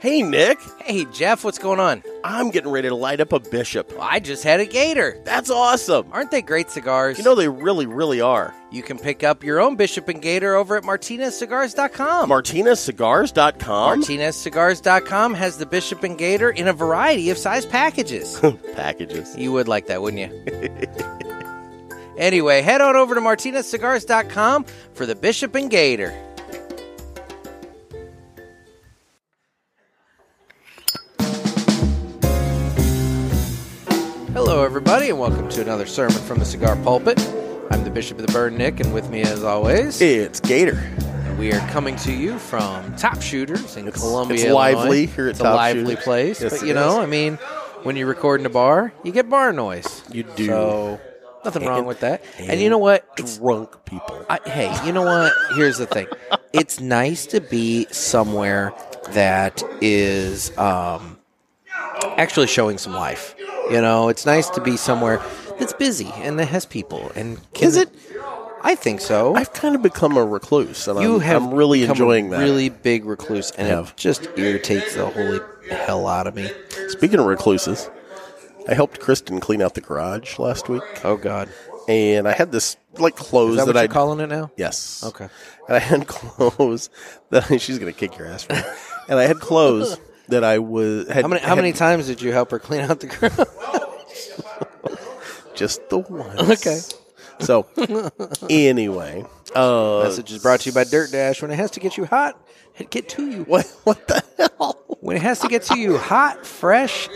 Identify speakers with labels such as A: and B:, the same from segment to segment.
A: Hey, Nick,
B: Hey, Jeff, what's going on?
A: I'm getting ready to light up a bishop.
B: I just had a gator.
A: That's awesome.
B: Aren't they great cigars?
A: You know, they really, really are.
B: you can pick up your own Bishop and Gator over at martinezcigars.com.
A: MartinezCigars.com.
B: martinezcigars.com has the Bishop and Gator in a variety of size packages.
A: Packages.
B: you would like that, wouldn't you? anyway, head on over to martinezcigars.com for the Bishop and Gator. Hello, everybody, and welcome to another sermon from the Cigar Pulpit. I'm the Bishop of the Burn, Nick, and with me, as always,
A: It's Gator.
B: we are coming to you from Top Shooters in Columbia.
A: it's
B: Illinois.
A: lively here at
B: it's a
A: Top
B: lively
A: Shooters.
B: place,
A: Yes,
B: but
A: it
B: you know,
A: is.
B: I mean, when you record in a bar, you get bar noise.
A: You do.
B: So nothing wrong
A: And-
B: with that. And, you know what? It's,
A: Drunk people.
B: I, hey, you know what? Here's the thing. It's nice to be somewhere that is um, actually showing some life. You know, it's nice to be somewhere that's busy and that has people. And can-
A: Is it?
B: I think so
A: I've kind of become a recluse, and
B: you
A: I'm,
B: have
A: Um, I'm really
B: become a
A: enjoying that.
B: Really big recluse, and
A: Have.
B: it just irritates the holy hell out of me.
A: Speaking of recluses, I helped Kristen clean out the garage last week,
B: Oh God,
A: and I had this like clothes
B: is that, what
A: I
B: you're calling it now?
A: Yes.
B: Okay.
A: And I had clothes that she's gonna kick your ass for. it. and I had clothes that I was had,
B: How many How
A: had
B: many times did you help her clean out the ground?
A: just the one.
B: Okay.
A: So anyway, uh,
B: Message is brought to you by Dirt Dash. When it has to get you hot, it get to you.
A: what what the hell?
B: When it has to get to you, hot, fresh.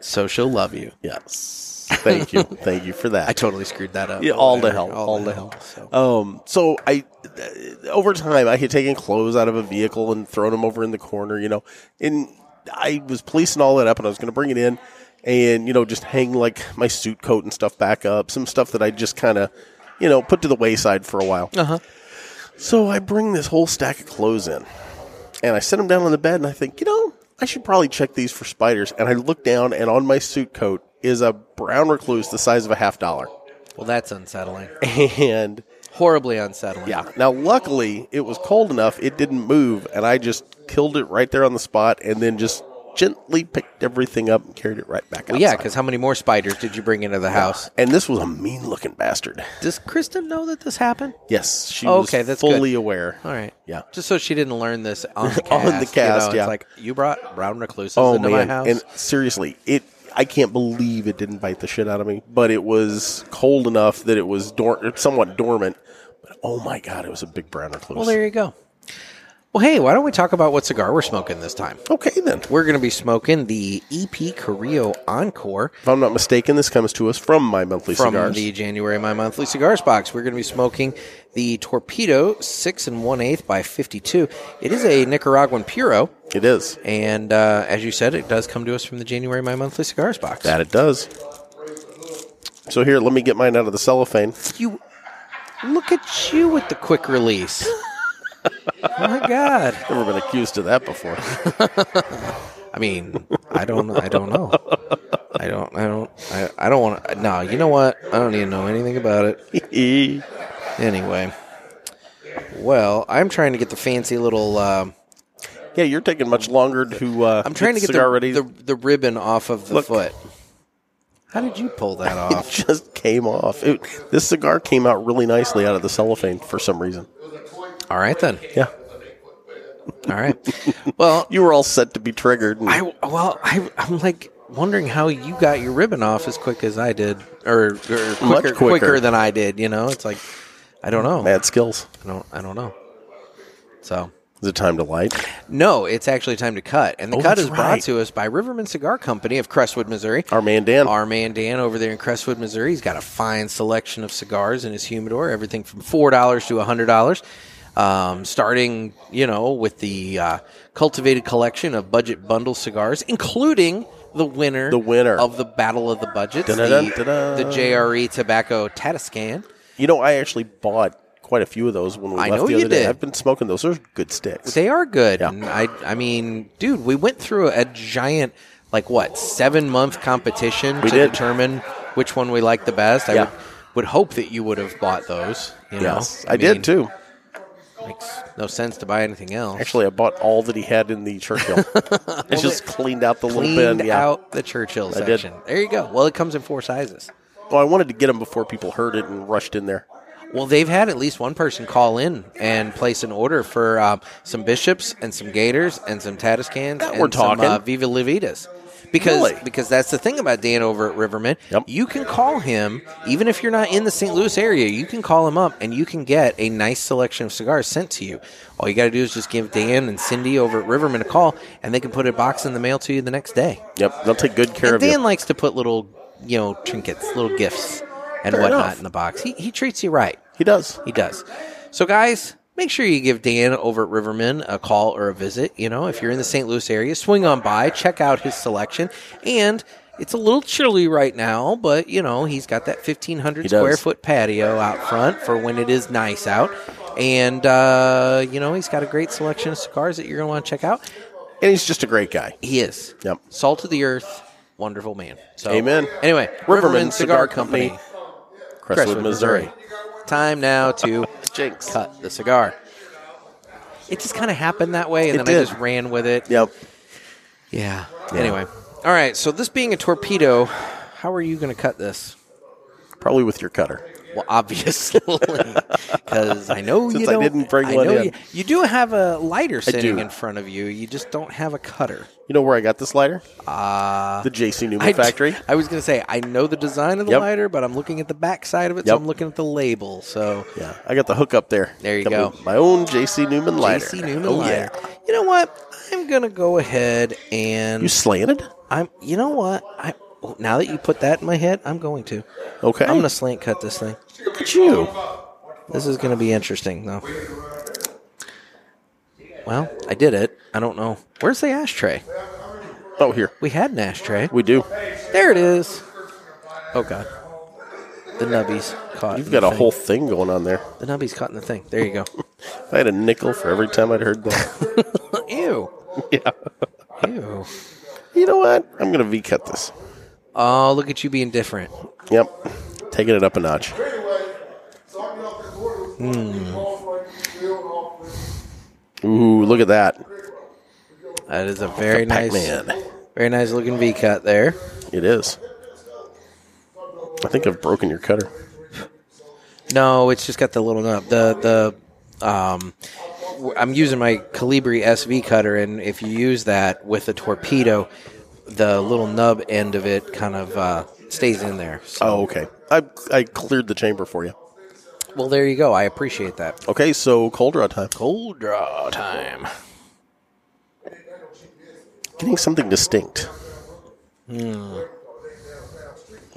B: So she'll love you.
A: Yes. Thank you. Thank you for that.
B: I totally screwed that up.
A: Yeah,
B: but
A: all to
B: whatever.
A: hell, all to hell.
B: So.
A: Um, so I, uh, over time, I had taken clothes out of a vehicle and thrown them over in the corner, you know, and I was policing all that up and I was going to bring it in and, you know, just hang like my suit coat and stuff back up, some stuff that I just kind of, you know, put to the wayside for a while.
B: Uh-huh.
A: So I bring this whole stack of clothes in and I set them down on the bed and I think, you know, I should probably check these for spiders. And I look down and on my suit coat is a brown recluse the size of a half dollar.
B: Well, that's unsettling.
A: And
B: Horribly unsettling.
A: yeah. Now, luckily, it was cold enough; it didn't move, and I just killed it right there on the spot, and then just gently picked everything up and carried it right back outside.
B: Well, yeah. Because how many more spiders did you bring into the house?
A: and this was a mean-looking bastard.
B: Does Kristen know that this happened?
A: Yes, she
B: Oh,
A: was
B: okay, that's
A: fully
B: good.
A: aware.
B: All right.
A: Yeah.
B: Just so she didn't learn this on the cast.
A: On the cast,
B: You know,
A: yeah.
B: It's like you brought brown recluses
A: Oh
B: into
A: man!
B: my house.
A: And seriously, it. I can't believe it didn't bite the shit out of me, but it was cold enough that it was dor- somewhat dormant. But oh my god, it was a big brown recluse.
B: well, there you go. Well, hey, why don't we talk about what cigar we're smoking this time?
A: okay then.
B: We're going to be smoking the EP Carrillo Encore
A: If I'm not mistaken, this comes to us from my monthly
B: from
A: cigars.
B: the January My Monthly Cigars box. We're going to be smoking the Torpedo 6 and 1 8 by 52. It is a Nicaraguan Puro.
A: it is
B: And uh, as you said, it does come to us from the January My Monthly Cigars box.
A: That it does. So here, let me get mine out of the cellophane.
B: You look at you with the quick release. My God!
A: Never been accused of that before.
B: I mean, I don't, I don't know. I don't, I don't, I, I don't want to. No, you know what? I don't even know anything about it.
A: That's
B: Anyway, well, I'm trying to get the fancy little. Um,
A: yeah, you're taking much longer to. Uh,
B: I'm trying to get
A: cigar
B: the,
A: ready.
B: the the ribbon off of the
A: Look.
B: foot. How did you pull that
A: it
B: off?
A: just came off. It, this cigar came out really nicely out of the cellophane for some reason.
B: All right then.
A: Yeah,
B: All right. Well,
A: you were all set to be triggered. and-
B: I well, I, I'm like wondering how you got your ribbon off as quick as I did, or, or quicker,
A: quicker.
B: quicker, than I did. You know, it's like I don't know.
A: mad skills.
B: I don't. I don't know. So
A: Is it time to light?
B: no, it's actually time to cut, and the
A: Oh,
B: cut
A: that's
B: is brought
A: right.
B: to us by Riverman Cigar Company of Crestwood, Missouri.
A: Our man Dan.
B: Our man Dan over there in Crestwood, Missouri, he's got a fine selection of cigars in his humidor, everything from four dollars to hundred dollars. Um, starting, you know, with the uh, cultivated collection of budget bundle cigars, including the winner,
A: The winner.
B: of the Battle of the Budgets,
A: Dun-dun-dun,
B: the,
A: dun-dun.
B: the JRE Tobacco Tatiscan.
A: you know, I actually bought quite a few of those when we
B: I
A: left
B: know
A: the
B: you
A: other day.
B: did.
A: I've been smoking those. They're good sticks.
B: They are good.
A: Yeah.
B: And I I mean, dude, we went through a giant like what, 7 month competition
A: We
B: to
A: did.
B: determine which one we liked the best. I
A: Yeah.
B: would, would hope that you would have bought those, you know?
A: yes, I, did
B: mean,
A: too.
B: Makes no sense to buy anything else.
A: Actually, I bought all that he had in the Churchill. I just cleaned out the little
B: cleaned
A: bin. Yeah.
B: out the Churchill
A: did.
B: section. There you go. Well, it comes in four sizes.
A: Well, I wanted to get them before people heard it and rushed in there.
B: Well, they've had at least one person call in and place an order for um, some bishops and some gators and some Tatiscans
A: That
B: and
A: we're talking.
B: some uh, Viva La Vitas. Because,
A: Really?
B: because that's the thing about Dan over at Riverman.
A: Yep.
B: You can call him, even if you're not in the St. Louis area, you can call him up and you can get a nice selection of cigars sent to you. All you got to do is just give Dan and Cindy over at Riverman a call, and they can put a box in the mail to you the next day.
A: Yep, they'll take good care
B: And
A: of you.
B: Dan likes to put little, you know, trinkets, little gifts and
A: Fair
B: whatnot
A: enough.
B: in the box. He, he treats you right.
A: He does.
B: He does. So, guys, make sure you give Dan over at Riverman a call or a visit. You know, if you're in the St. Louis area, swing on by, check out his selection. And it's a little chilly right now, but, you know, he's got that 1,500
A: He does.
B: square foot patio out front for when it is nice out. And, uh, you know, he's got a great selection of cigars that you're going to want to check out.
A: And he's just a great guy.
B: He is.
A: Yep.
B: Salt of the earth, wonderful man. So,
A: Amen.
B: Anyway, Riverman, Cigar, Company,
A: Crestwood,
B: Crestwood,
A: Missouri.
B: Missouri. Time now to
A: Jinx.
B: cut the cigar. It just kind of happened that way, and
A: It
B: then I
A: did.
B: just ran with it.
A: Yep.
B: Yeah. Anyway, all right. So this being a torpedo, how are you going to cut this?
A: Probably with your cutter.
B: Well, obviously, because I know
A: Since
B: you
A: I
B: don't.
A: didn't bring
B: I
A: one
B: know
A: in.
B: You, you do have a lighter sitting
A: do.
B: in front of you. You just don't have a cutter.
A: You know where I got this lighter? Uh, the J.C. Newman
B: I d-
A: factory.
B: I was going to say I know the design of the
A: Yep.
B: lighter, but I'm looking at the back side of it, so
A: Yep.
B: I'm looking at the label. So
A: Yeah, I got the hook up there.
B: There you
A: Got
B: go.
A: My, my own J.C. Newman lighter.
B: JC Newman
A: oh,
B: lighter.
A: Yeah.
B: You know what? I'm going to go ahead and
A: You slanted?
B: I'm. You know what? I oh, now that you put that in my head, I'm going to.
A: Okay.
B: I'm gonna slant cut this thing.
A: look at you.
B: This is gonna be interesting, though. Well, I did it. I don't know. Where's the ashtray?
A: Oh, here.
B: We had an ashtray.
A: We do.
B: There it is. Oh God. The nubbies caught.
A: You've
B: in the
A: got a
B: thing.
A: whole thing going on there.
B: The nubbies caught in the thing. There you go.
A: If I had a nickel for every time I'd heard that.
B: Ew.
A: yeah.
B: Ew.
A: You know what? I'm going to V cut this.
B: Oh, look at you being different.
A: Yep. Taking it up a notch. Ooh, look at that.
B: That is a very nice,
A: Pac-Man.
B: very nice looking V cut there.
A: It is. I think I've broken your cutter.
B: No, it's just got the little nub. The the um, w- I'm using my Calibri SV cutter, and if you use that with a torpedo, the little nub end of it kind of uh, stays in there. So,
A: Oh, okay. I I cleared the chamber for you.
B: well, there you go. I appreciate that.
A: Okay, so cold draw time.
B: Cold draw time.
A: Getting something distinct. I'm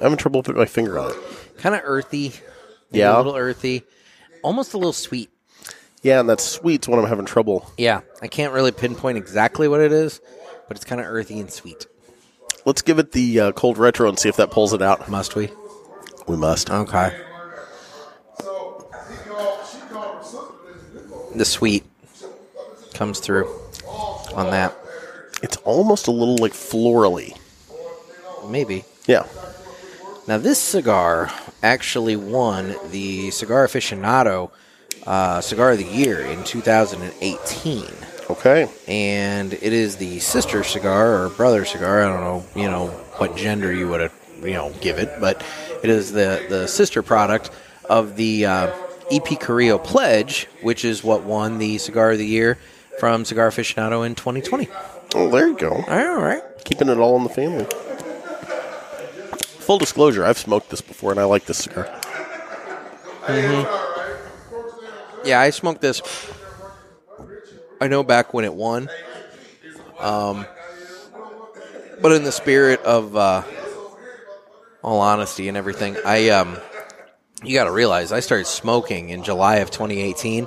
A: having trouble putting my finger on it.
B: Kind of earthy. Maybe
A: Yeah.
B: a little earthy, almost a little sweet.
A: Yeah, and that sweet's when I'm having trouble.
B: Yeah, I can't really pinpoint exactly what it is, but it's kind of earthy and sweet.
A: Let's give it the uh, cold retro and see if that pulls it out.
B: Must we?
A: We must.
B: Okay. The sweet comes through on that.
A: It's almost a little like florally.
B: Maybe.
A: Yeah.
B: Now, this cigar actually won the Cigar Aficionado uh, Cigar of the Year in 2018.
A: Okay.
B: And it is the sister cigar or brother cigar. I don't know, you know, what gender you would, you know, give it, but it is the, the sister product of the uh, EP Carrillo Pledge, which is what won the Cigar of the Year from Cigar Aficionado in 2020.
A: Oh, there you go.
B: All right, all right.
A: Keeping it all in the family. Full disclosure, I've smoked this before and I like this cigar.
B: Yeah, I smoked this. I know back when it won. Um, but in the spirit of uh, all honesty and everything, I um, you got to realize I started smoking in July of 2018,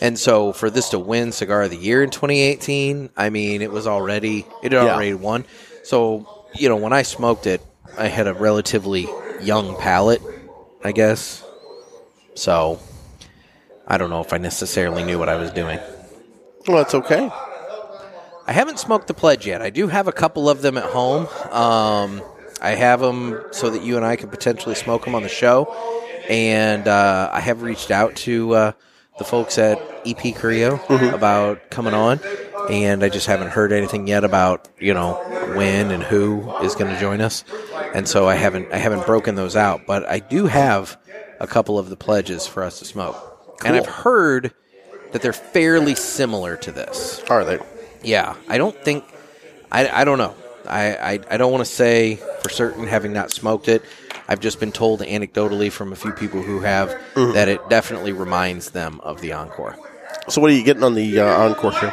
B: and so for this to win Cigar of the Year in 2018, I mean it was already it had
A: Yeah.
B: already won. So you know when I smoked it, I had a relatively young palate, I guess. So I don't know if I necessarily knew what I was doing.
A: Well, that's okay.
B: I haven't smoked the pledge yet. I do have a couple of them at home. Um, I have them so that you and I could potentially smoke them on the show. And uh, I have reached out to uh, the folks at EP Creo about coming on, and I just haven't heard anything yet about you know when and who is going to join us, and so I haven't I haven't broken those out, but I do have a couple of the pledges for us to smoke, and I've
A: Cool.
B: heard that they're fairly similar to this.
A: Are they?
B: Yeah, I don't think. I, I don't know. I, I, I don't want to say for certain, having not smoked it. I've just been told anecdotally from a few people who have that it definitely reminds them of the encore.
A: So what are you getting on the uh, encore here?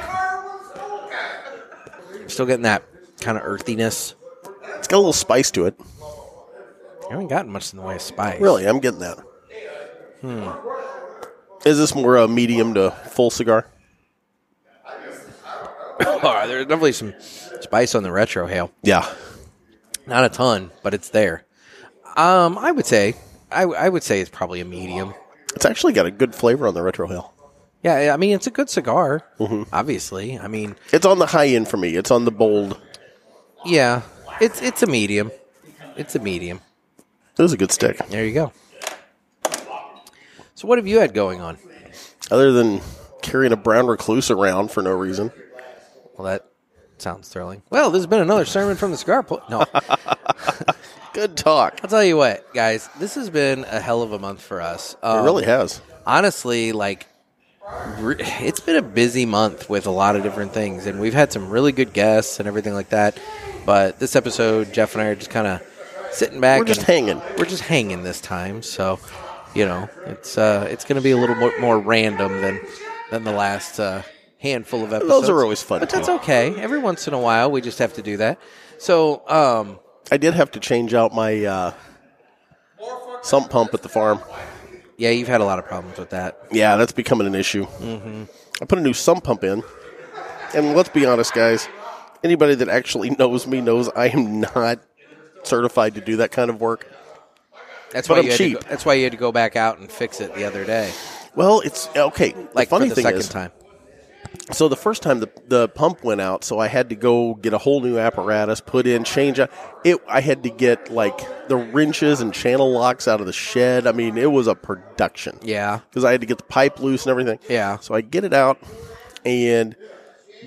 B: I'm still getting that kind of earthiness.
A: It's got a little spice to it.
B: I haven't gotten much in the way of spice.
A: Really, I'm getting that. Hmm. Is this more a medium to full cigar?
B: Oh, there's definitely some spice on the retro hail.
A: Yeah.
B: Not a ton, but it's there. Um, I would say, I, I would say it's probably a medium.
A: It's actually got a good flavor on the Retro Hill.
B: Yeah, I mean it's a good cigar. Obviously, I mean
A: It's on the high end for me. It's on the bold.
B: Yeah, it's it's a medium. It's a medium.
A: It was a good stick.
B: There you go. So what have you had going on?
A: Other than carrying a brown recluse around for no reason.
B: Well, that sounds thrilling. Well, this has been another sermon from the cigar. Pl- no, I'll
A: Good talk.
B: tell you what, guys. This has been a hell of a month for us.
A: It
B: Um,
A: really has.
B: honestly, like re- it's been a busy month with a lot of different things, and we've had some really good guests and everything like that. But this episode, Jeff and I are just kind of sitting back.
A: We're just
B: and-
A: hanging.
B: We're just hanging this time, so you know it's uh, it's going to be a little more, more random than than the last uh, handful of episodes.
A: are always fun,
B: but that's
A: too.
B: okay. Every once in a while, we just have to do that. So, um,
A: I did have to change out my uh, sump pump at the farm.
B: yeah, you've had a lot of problems with that.
A: Yeah, that's becoming an issue.
B: Mm-hmm.
A: I put a new sump pump in, and let's be honest, guys. Anybody that actually knows me knows I am not certified to do that kind of work.
B: That's
A: But
B: why
A: I'm
B: you had
A: cheap.
B: To go, that's why you had to go back out and fix it the other day.
A: Well, it's okay.
B: like
A: the funny
B: for the
A: thing
B: second
A: is,
B: time.
A: so the first time the the pump went out, so I had to go get a whole new apparatus, put in, change out. It. I had to get like the wrenches and channel locks out of the shed. I mean, it was a production.
B: Yeah.
A: because I had to get the pipe loose and everything.
B: Yeah.
A: So I get it out and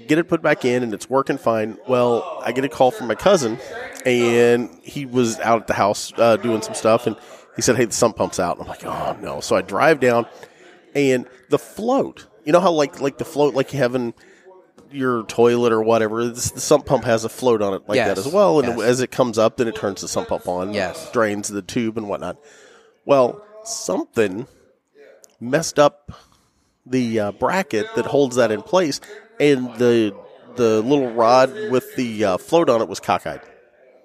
A: get it put back in, and it's working fine. Well, I get a call from my cousin, and he was out at the house uh, doing some stuff, and he said, "Hey, the sump pump's out." And I'm like, "Oh no!" So I drive down, and the float. You know how like like the float like you have in your toilet or whatever. This, the sump pump has a float on it like
B: Yes.
A: that as well, and
B: Yes.
A: as it comes up, then it turns the sump pump on.
B: Yes.
A: drains the tube and whatnot. Well, something messed up the uh, bracket that holds that in place, and the the little rod with the uh, float on it was cockeyed,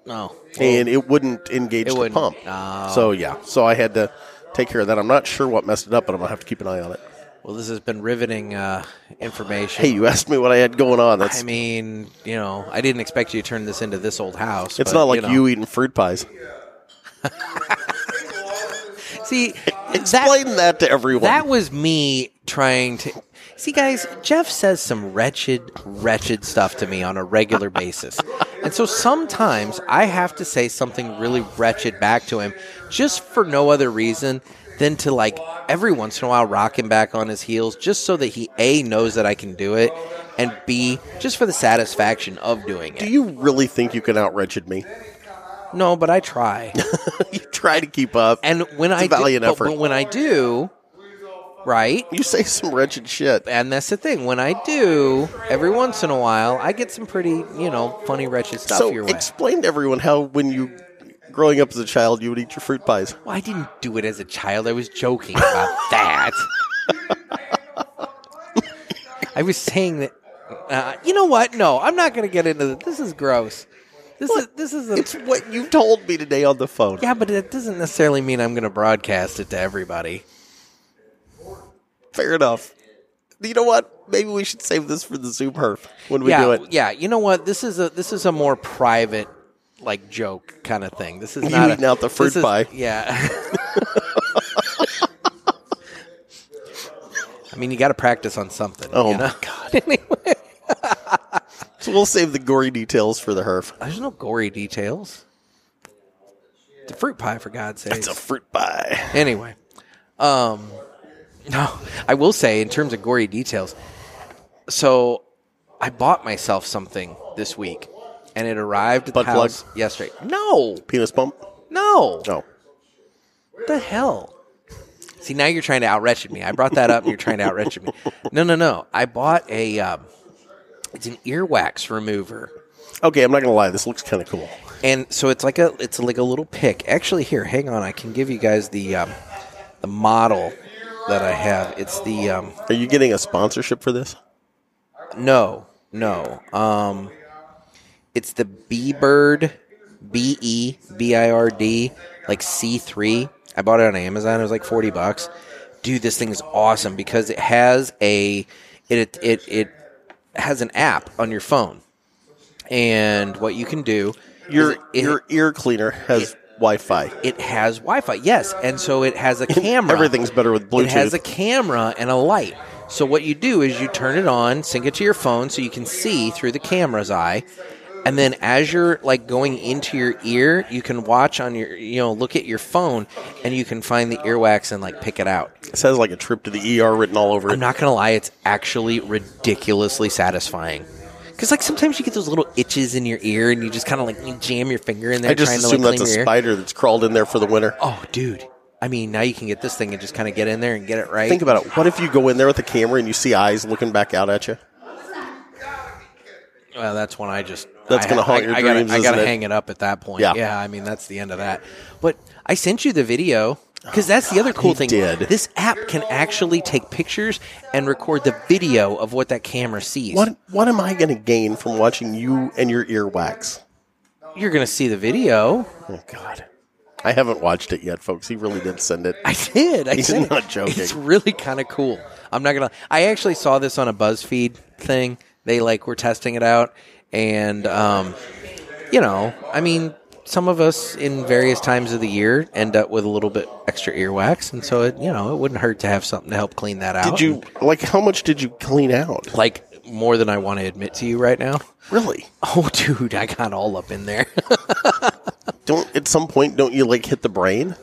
B: No.
A: and it wouldn't engage
B: It
A: the
B: wouldn't.
A: pump.
B: Oh.
A: So yeah, so I had to take care of that. I'm not sure what messed it up, but I'm gonna have to keep an eye on it.
B: Well, this has been riveting uh, information.
A: Hey, you asked me what I had going on. That's
B: I mean, you know, I didn't expect you to turn this into this old house.
A: it's
B: but,
A: not like you,
B: know.
A: eating fruit pies.
B: see
A: Explain
B: that.
A: that, to everyone.
B: That was me trying to see, guys. Jeff says some wretched, wretched stuff to me on a regular basis, and so sometimes I have to say something really wretched back to him, just for no other reason than to like every once in a while rock him back on his heels, just so that he a knows that I can do it, and b just for the satisfaction of doing
A: Do
B: it.
A: you really think you can out wretched me?
B: No, but I try.
A: you try to keep up,
B: And when
A: It's
B: I
A: a valiant
B: do, but-
A: effort.
B: but when I do, right?
A: you say some wretched shit.
B: And that's the thing. When I do, every once in a while, I get some pretty, you know, funny, wretched stuff
A: So
B: your way.
A: explain to everyone how when you growing up as a child you would eat your fruit pies.
B: well, I didn't do it as a child. I was joking about that. I was saying that. Uh, you know what? No, I'm not going to get into this. This is gross. This is this is a,
A: It's what you told me today on the phone.
B: yeah, but it doesn't necessarily mean I'm going to broadcast it to everybody.
A: Fair enough. You know what? Maybe we should save this for the Zoom herf when we
B: yeah,
A: do it.
B: yeah. You know what? This is a this is a more private, like joke kind of thing. This is
A: You
B: not a-
A: eating out the
B: this
A: fruit
B: is-
A: pie.
B: Yeah. I mean, you got to practice on something.
A: Oh
B: you know?
A: my god. so we'll save the gory details for the herf.
B: There's no gory details. It's a fruit pie, for God's sake.
A: It's a fruit pie.
B: anyway, um, No, I will say in terms of gory details. So, I bought myself something this week, and it arrived at
A: Butt
B: the
A: plug?
B: house yesterday. No,
A: Penis bump?
B: no,
A: No.
B: What the hell? See, now you're trying to out wretched me. I brought that up, and you're trying to out wretched me. No, no, no. I bought a. Um, it's an earwax remover.
A: Okay, I'm not gonna lie. This looks kind of cool.
B: and so it's like a it's like a little pick. Actually, here, hang on, I can give you guys the um, the model that I have. It's the um,
A: Are you getting a sponsorship for this?
B: no, no, um, it's the B Bird, B E B I R D, like C three. I bought it on Amazon. It was like forty bucks. Dude, this thing is awesome because it has a it it it has an app on your phone, and what you can do. is
A: Your
B: it- it-
A: your ear cleaner has Wi-Fi.
B: it has Wi-Fi. Yes, and so it has a camera.
A: Everything's better with Bluetooth.
B: It has a camera and a light. So what you do is you turn it on, sync it to your phone, so you can see through the camera's eye. And then as you're like going into your ear, you can watch on your you know look at your phone, and you can find the earwax and like pick it out.
A: It says like a trip to the ER written all over it.
B: I'm not gonna lie, it's actually ridiculously satisfying. Because like sometimes you get those little itches in your ear, and you just kind of like you jam your finger in there.
A: I just
B: trying
A: assume
B: to, like,
A: that's a
B: clean your ear.
A: spider that's crawled in there for the winter.
B: Oh, dude. I mean, now you can get this thing and just kind of get in there and get it right.
A: Think about it. What if you go in there with a camera and you see eyes looking back out at you?
B: well, that's when I just
A: That's
B: I-
A: gonna haunt
B: I-
A: your
B: I gotta,
A: dreams,
B: I gotta
A: isn't it?
B: hang it up at that point.
A: Yeah.
B: I mean that's the end of that. But I sent you the video because that's the other
A: Oh,
B: cool
A: you
B: thing.
A: did.
B: This app can actually take pictures and record the video of what that camera sees.
A: What what am I going to gain from watching you and your earwax?
B: You're gonna see the video.
A: Oh God, I haven't watched it yet, folks. He really did send it.
B: I did. I
A: He's
B: did.
A: not joking.
B: It's really kind of cool. I'm not gonna. I actually saw this on a BuzzFeed thing. They like were testing it out, and um, you know, I mean, some of us in various times of the year end up with a little bit extra earwax, and so it, you know, it wouldn't hurt to have something to help clean that out.
A: Did you like? How much did you clean out?
B: like more than I want to admit to you right now?
A: Really?
B: Oh, dude, I got all up in there.
A: Don't at some point? Don't you like hit the brain?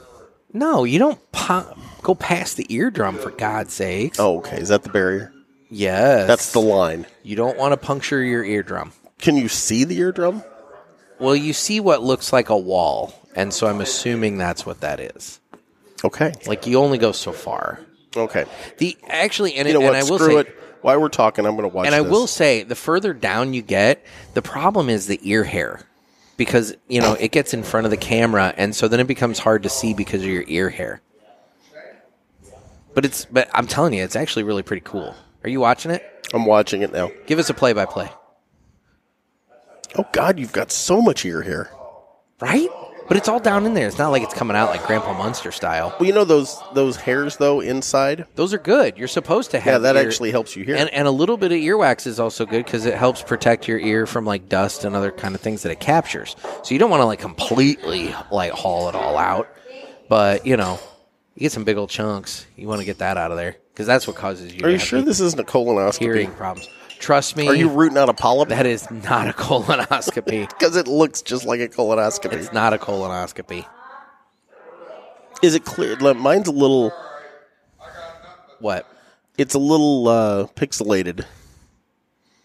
B: no, you don't pop, go past the eardrum for God's sakes.
A: Oh, okay. Is that the barrier?
B: yes,
A: That's the line.
B: You don't want to puncture your eardrum.
A: Can you see the eardrum?
B: Well, you see what looks like a wall, and so I'm assuming that's what that is.
A: Okay.
B: Like you only go so far.
A: Okay.
B: The actually, and,
A: You know
B: and
A: what?
B: I will
A: Screw
B: say,
A: it. While we're talking, I'm going to watch.
B: and I
A: this.
B: will say, the further down you get, the problem is the ear hair, because you know it gets in front of the camera, and so then it becomes hard to see because of your ear hair. But it's, but I'm telling you, it's actually really pretty cool. Are you watching it?
A: I'm watching it now.
B: Give us a play by play,
A: Oh God, you've got so much ear hair.
B: right? But it's all down in there. It's not like it's coming out like Grandpa Munster style.
A: Well, you know those those hairs though inside.
B: Those are good. You're supposed to have
A: Yeah, that
B: ear-
A: actually helps you hear.
B: And, and a little bit of earwax is also good because it helps protect your ear from like dust and other kind of things that it captures. So you don't want to like completely like haul it all out, but you know, you get some big old chunks. You want to get that out of there because that's what causes you.
A: Are
B: to
A: you
B: have
A: sure
B: the
A: this isn't a colonoscopy?
B: hearing problems? Trust me,
A: Are you rooting out a polyp?
B: that is not a colonoscopy.
A: Because it looks just like a colonoscopy.
B: it's not a colonoscopy.
A: Is it clear? like, Mine's a little.
B: What?
A: It's a little uh, pixelated.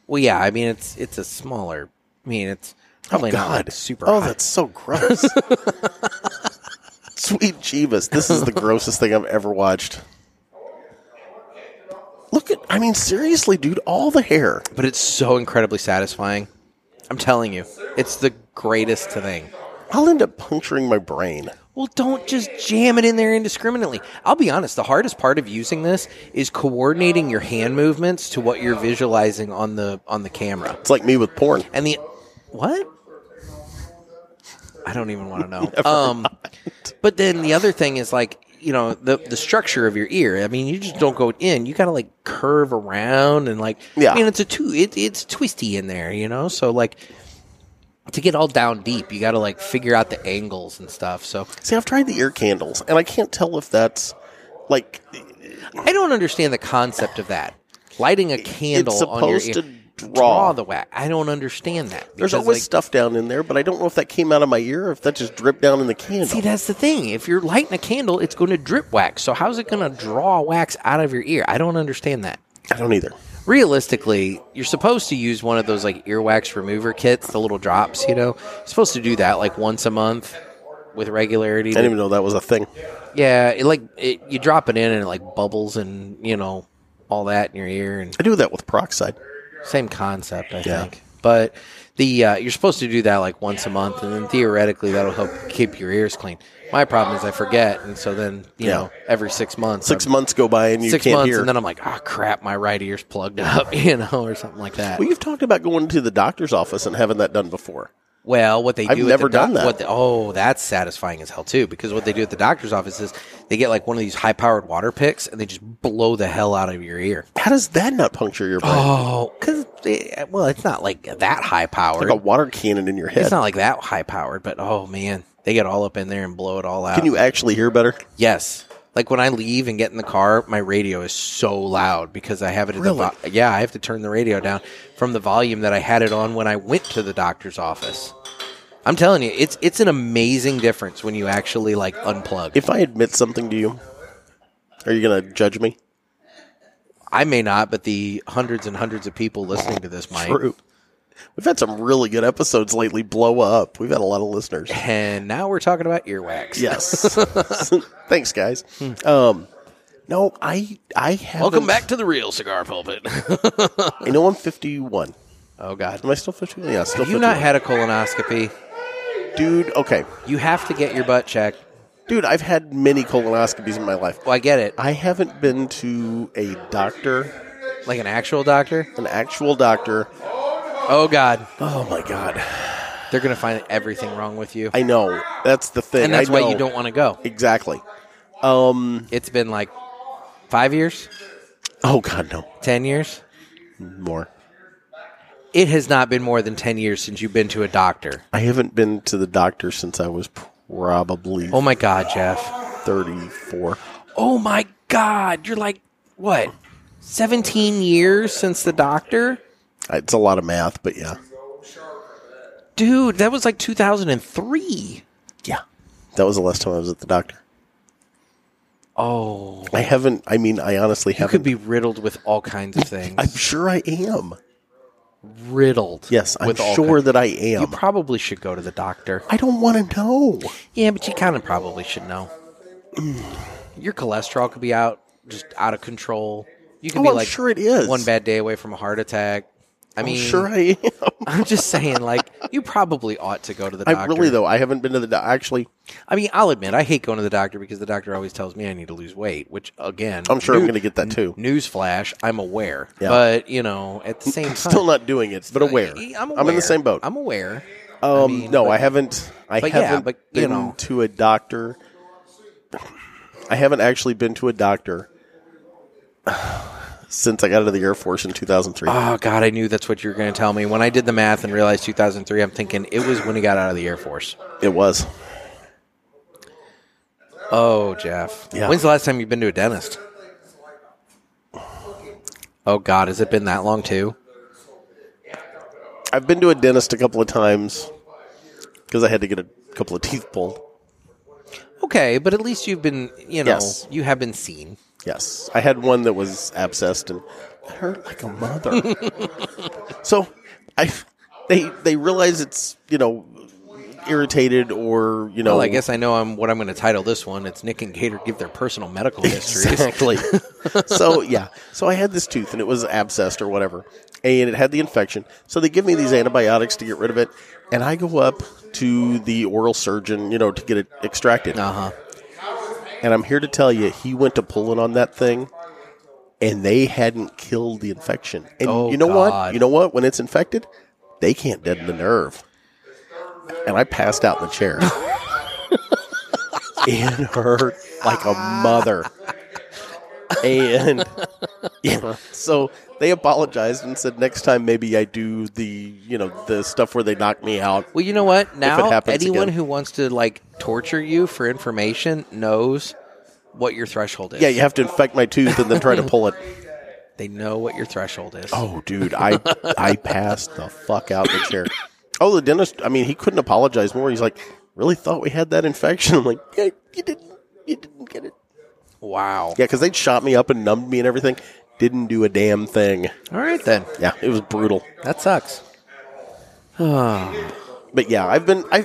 B: Well, yeah. I mean, it's it's a smaller. I mean, it's probably not like, super.
A: Oh,
B: high.
A: that's so gross. Sweet Jeebus, this is the grossest thing I've ever watched. Look at, I mean, seriously, dude, all the hair.
B: but it's so incredibly satisfying. I'm telling you, it's the greatest thing.
A: I'll end up puncturing my brain.
B: Well, don't just jam it in there indiscriminately. I'll be honest, the hardest part of using this is coordinating your hand movements to what you're visualizing on the on the camera.
A: It's like me with porn.
B: And the what? I don't even want to know. Um, but then the other thing is like you know the the structure of your ear. I mean, you just don't go in. You gotta like curve around and like.
A: Yeah.
B: I mean, it's a two. It, it's twisty in there, you know. So like to get all down deep, you gotta like figure out the angles and stuff. So
A: See, I've tried the ear candles, and I can't tell if that's like
B: I don't understand the concept of that. Lighting a candle
A: it's
B: on your
A: supposed
B: ear.
A: to
B: draw,
A: Draw.
B: the wax. I don't understand that.
A: There's
B: because,
A: always
B: like,
A: stuff down in there, but I don't know if that came out of my ear or if that just dripped down in the candle.
B: See, that's the thing. If you're lighting a candle, it's going to drip wax. So how's it going to draw wax out of your ear? I don't understand that.
A: I don't either.
B: Realistically, you're supposed to use one of those like earwax remover kits, the little drops, you know. You're supposed to do that like once a month with regularity.
A: I didn't even know that was a thing.
B: yeah, it like it, you drop it in and it like bubbles and, you know, all that in your ear and
A: I do that with peroxide.
B: same concept, I
A: Yeah.
B: think. But the uh, you're supposed to do that like once a month, and then theoretically that'll help keep your ears clean. My problem is I forget, and so then you
A: Yeah.
B: know every six months,
A: 6
B: I'm-
A: months go by and you
B: Uh, six
A: can't
B: months,
A: hear.
B: and then I'm like, oh crap, my right ear's plugged up, you know, or something like that.
A: well, you've talked about going to the doctor's office and having that done before.
B: Well, what they do
A: I've
B: at the
A: never done
B: doc-
A: that.
B: What the, oh, that's satisfying as hell too, because what they do at the doctor's office is they get like one of these high powered water picks, and they just blow the hell out of your ear.
A: How does that not puncture your brain?
B: Oh, because well, it's not like that high powered.
A: like a water cannon in your head.
B: Oh, It's not like that high powered, but oh man, they get all up in there and blow it all out.
A: Can you actually hear better?
B: Yes. Like when I leave and get in the car, my radio is so loud because I have it at
A: Really?
B: the vo- yeah, I have to turn the radio down from the volume that I had it on when I went to the doctor's office. I'm telling you, it's it's an amazing difference when you actually like unplug.
A: If I admit something to you, are you going to judge me?
B: I may not, but the hundreds and hundreds of people listening to this might.
A: True. We've had some really good episodes lately blow up. We've had a lot of listeners.
B: And now we're talking about earwax.
A: Yes. Thanks, guys. Um, no, I I have.
B: Welcome back to the real cigar pulpit.
A: I know I'm 51.
B: oh God.
A: Am I still 51? Yeah, still.
B: Have you
A: 51.
B: not had a colonoscopy?
A: dude. Okay,
B: You have to get your butt checked.
A: dude. I've had many colonoscopies in my life.
B: Well, I get it.
A: I haven't been to a doctor,
B: Like an actual doctor.
A: an actual doctor.
B: Oh God,
A: Oh my god,
B: they're gonna find everything wrong with you,
A: I know. That's the thing.
B: and that's
A: I
B: why
A: know.
B: you don't want to go.
A: exactly. Um.
B: It's been like five years,
A: Oh god, no
B: ten years.
A: more.
B: It has not been more than ten years since you've been to a doctor.
A: I haven't been to the doctor since I was probably
B: Oh my God, Jeff.
A: 34.
B: Oh my God, you're like what? Seventeen years since the doctor,
A: It's a lot of math, but yeah.
B: dude. That was like 2003.
A: Yeah. That was the last time I was at the doctor.
B: Oh,
A: I haven't, I mean, I honestly
B: you
A: haven't.
B: could be riddled with all kinds of things.
A: I'm sure I am.
B: riddled.
A: Yes, I'm
B: with all
A: sure
B: kin-
A: that I
B: You
A: am.
B: probably should go to the doctor.
A: I don't want to know.
B: Yeah, but you kind of probably should know.
A: Mm.
B: Your cholesterol could be out, just out of control. You could
A: Oh,
B: be
A: I'm
B: like
A: sure it is.
B: one bad day away from a heart attack. I
A: I'm
B: mean,
A: sure I am.
B: I'm just saying, like, you probably ought to go to the doctor.
A: I really, though, I haven't been to the doctor. Actually,
B: I mean, I'll admit, I hate going to the doctor because the doctor always tells me I need to lose weight, which, again,
A: I'm sure I'm going to get that too.
B: Newsflash, I'm aware.
A: Yeah.
B: But, you know, at the same time.
A: Still not doing it, but aware.
B: Uh, I'm aware.
A: in the same boat.
B: I'm aware.
A: um,
B: mean,
A: no,
B: but-
A: I haven't. I
B: but yeah,
A: haven't
B: but, you
A: been
B: know.
A: to a doctor. I haven't actually been to a doctor since I got out of the Air Force in 2003.
B: Oh God, I knew that's what you were going to tell me. When I did the math and realized 2003, I'm thinking it was when he got out of the Air Force.
A: it was.
B: Oh, Jeff.
A: Yeah.
B: When's the last time you've been to a dentist? Oh God, has it been that long too?
A: I've been to a dentist a couple of times because I had to get a couple of teeth pulled.
B: Okay, but at least you've been, you know,
A: Yes.
B: you have been seen.
A: Yes, I had one that was abscessed and hurt like a mother. so, I they they realize it's you know irritated or you know
B: Well, I guess I know I'm what I'm going to title this one. It's Nick and Gator give their personal medical histories.
A: Exactly. so yeah, so I had this tooth and it was abscessed or whatever, and it had the infection. So they give me these antibiotics to get rid of it, and I go up to the oral surgeon, you know, to get it extracted.
B: Uh huh.
A: And I'm here to tell you, he went to pulling on that thing, and they hadn't killed the infection. And
B: Oh,
A: you know
B: God.
A: what? You know what? When it's infected, they can't deaden the nerve. And I passed out in the chair. it hurt like a mother. And you know, so they apologized and said next time maybe I do the you know the stuff where they knock me out.
B: Well, you know what? Now
A: happens
B: anyone
A: again.
B: who wants to like torture you for information knows what your threshold is.
A: Yeah, you have to infect my tooth and then try to pull it.
B: They know what your threshold is.
A: Oh, dude, I I passed the fuck out the chair. Oh, the dentist. I mean, he couldn't apologize more. He's like, really thought we had that infection. I'm like, yeah, you didn't, you didn't get it.
B: wow.
A: Yeah, because they shot me up and numbed me and everything. Didn't do a damn thing.
B: All right then.
A: Yeah, it was brutal.
B: That sucks.
A: But yeah, I've been I.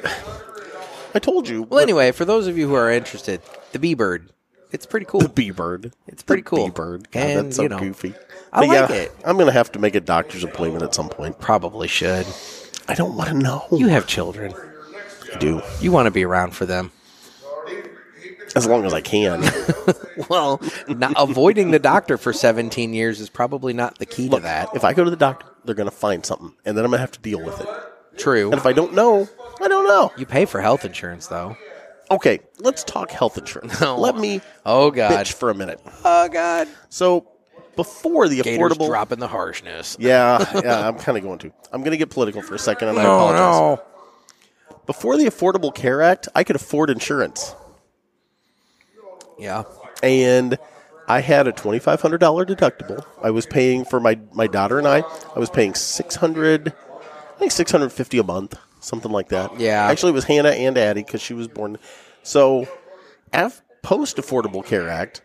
A: I told you.
B: Well, anyway, for those of you who are interested, the bee bird, it's pretty cool.
A: the bee bird.
B: It's pretty
A: The
B: cool.
A: Bee bird. God,
B: And,
A: that's so
B: you know,
A: goofy.
B: I
A: But
B: like
A: yeah,
B: it.
A: I'm gonna have to make a doctor's appointment at some point.
B: Probably should.
A: I don't want to know.
B: You have children.
A: I do
B: You want to be around for them.
A: as long as I can.
B: Well, not, avoiding the doctor for 17 years is probably not the key to that.
A: if I go to the doctor, they're gonna find something, and then I'm gonna have to deal with it.
B: True.
A: And if I don't know, I don't know.
B: You pay for health insurance, though.
A: Okay, let's talk health insurance.
B: No.
A: Let me
B: Oh, God.
A: bitch for a minute.
B: Oh, God.
A: So before the
B: Gators
A: affordable,
B: dropping the harshness.
A: yeah, yeah, I'm kind of going to. I'm gonna get political for a second, and I
B: Oh,
A: apologize.
B: no.
A: Before the Affordable Care Act, I could afford insurance,
B: Yeah.
A: and I had a twenty five hundred dollar deductible. I was paying for my my daughter and I. I was paying six hundred, I think six hundred fifty a month, something like that.
B: Yeah.
A: actually, it was Hannah and Addie because she was born. So, af- post Affordable Care Act,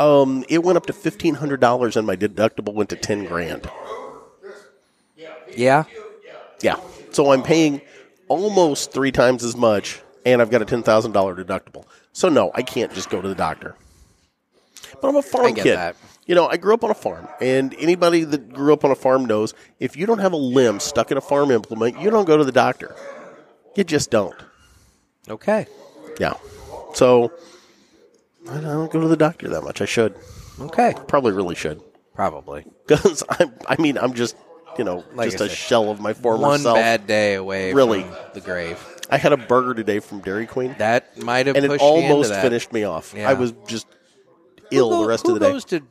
A: um, it went up to fifteen hundred dollars, and my deductible went to ten grand.
B: Yeah.
A: Yeah. So I'm paying almost three times as much, and I've got a ten thousand dollar deductible. So no, I can't just go to the doctor. But I'm a farm
B: get
A: kid.
B: that.
A: You know, I grew up on a farm, and anybody that grew up on a farm knows if you don't have a limb stuck in a farm implement, you don't go to the doctor. You just don't.
B: Okay.
A: Yeah. So I don't go to the doctor that much. I should.
B: Okay.
A: Probably really should.
B: Probably.
A: Because I'm. I mean, I'm just. You know,
B: Like I
A: just a
B: said,
A: shell of my former
B: One
A: self.
B: bad day away
A: Really.
B: from the grave.
A: I had a burger today from Dairy Queen.
B: That might have
A: and it
B: pushed you into
A: almost
B: that.
A: finished me off.
B: Yeah.
A: I was just ill
B: Who
A: the rest
B: who
A: of the day.
B: goes to?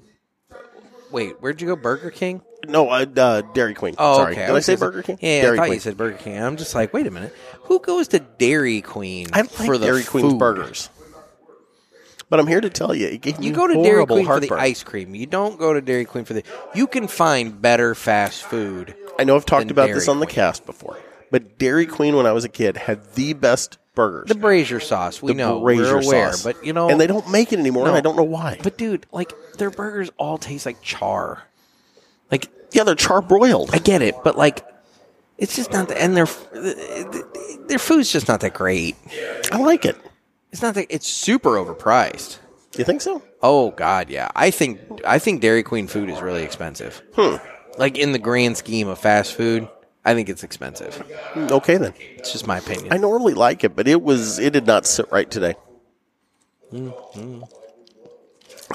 B: Wait, where'd you go? Burger King?
A: no, I, uh, Dairy Queen.
B: Oh,
A: Sorry,
B: okay.
A: did I
B: was
A: say
B: gonna
A: Burger King?
B: Yeah,
A: Dairy
B: I thought
A: Queen.
B: you said Burger King. I'm just like, wait a minute, who goes to Dairy Queen
A: I like
B: for the
A: Dairy Queen's
B: food?
A: burgers, but I'm here to tell you, it gave
B: You
A: me
B: go to Dairy
A: horrible
B: Queen for
A: heartburn.
B: the ice cream. You don't go to Dairy Queen for the. You can find better fast food.
A: I know I've talked
B: than
A: about this
B: Dairy
A: on the
B: Queen.
A: cast before, but Dairy Queen when I was a kid had the best burgers.
B: The Brazier sauce, we
A: The
B: know,
A: Brazier
B: we're aware,
A: sauce.
B: but you know,
A: and they don't make it anymore, and
B: No.
A: I don't know why.
B: But dude, like their burgers all taste like char. Like
A: yeah, they're charbroiled.
B: I get it, but like, it's just not. The, and their their food's just not that great.
A: I like it.
B: It's not that. It's super overpriced.
A: You think so?
B: Oh God, yeah. I think I think Dairy Queen food is really expensive.
A: Hmm.
B: Like in the grand scheme of fast food, I think it's expensive.
A: Hmm, Okay then.
B: It's just my opinion.
A: I normally like it, but it was it did not sit right today.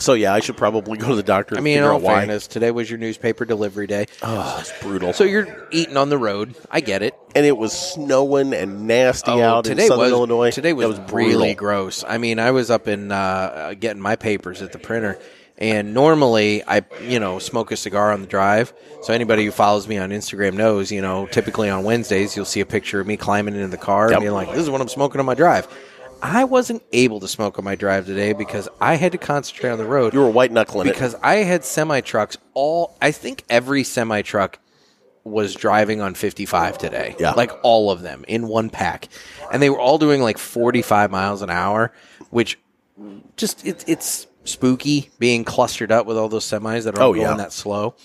A: So yeah, I should probably go to the doctor.
B: Mm-hmm. I mean, in
A: figure
B: all
A: out why.
B: fairness, today was your newspaper delivery day,
A: oh, it's brutal.
B: so you're eating on the road. I get it.
A: and it was snowing and nasty
B: Oh,
A: out in
B: today
A: southern
B: was
A: Illinois.
B: today was,
A: That brutal.
B: really gross. I mean, I was up in uh, uh, getting my papers at the printer, and normally I you know smoke a cigar on the drive. So anybody who follows me on Instagram knows, you know, typically on Wednesdays you'll see a picture of me climbing into the car
A: Yep.
B: and being like, "This is what I'm smoking on my drive." I wasn't able to smoke on my drive today because I had to concentrate on the road
A: You were white knuckling it.
B: because I had semi trucks all I think every semi truck was driving on 55 today.
A: Yeah.
B: Like all of them in one pack. And they were all doing like 45 miles an hour, which just it, it's spooky being clustered up with all those semis that are
A: Oh,
B: going
A: yeah.
B: that slow.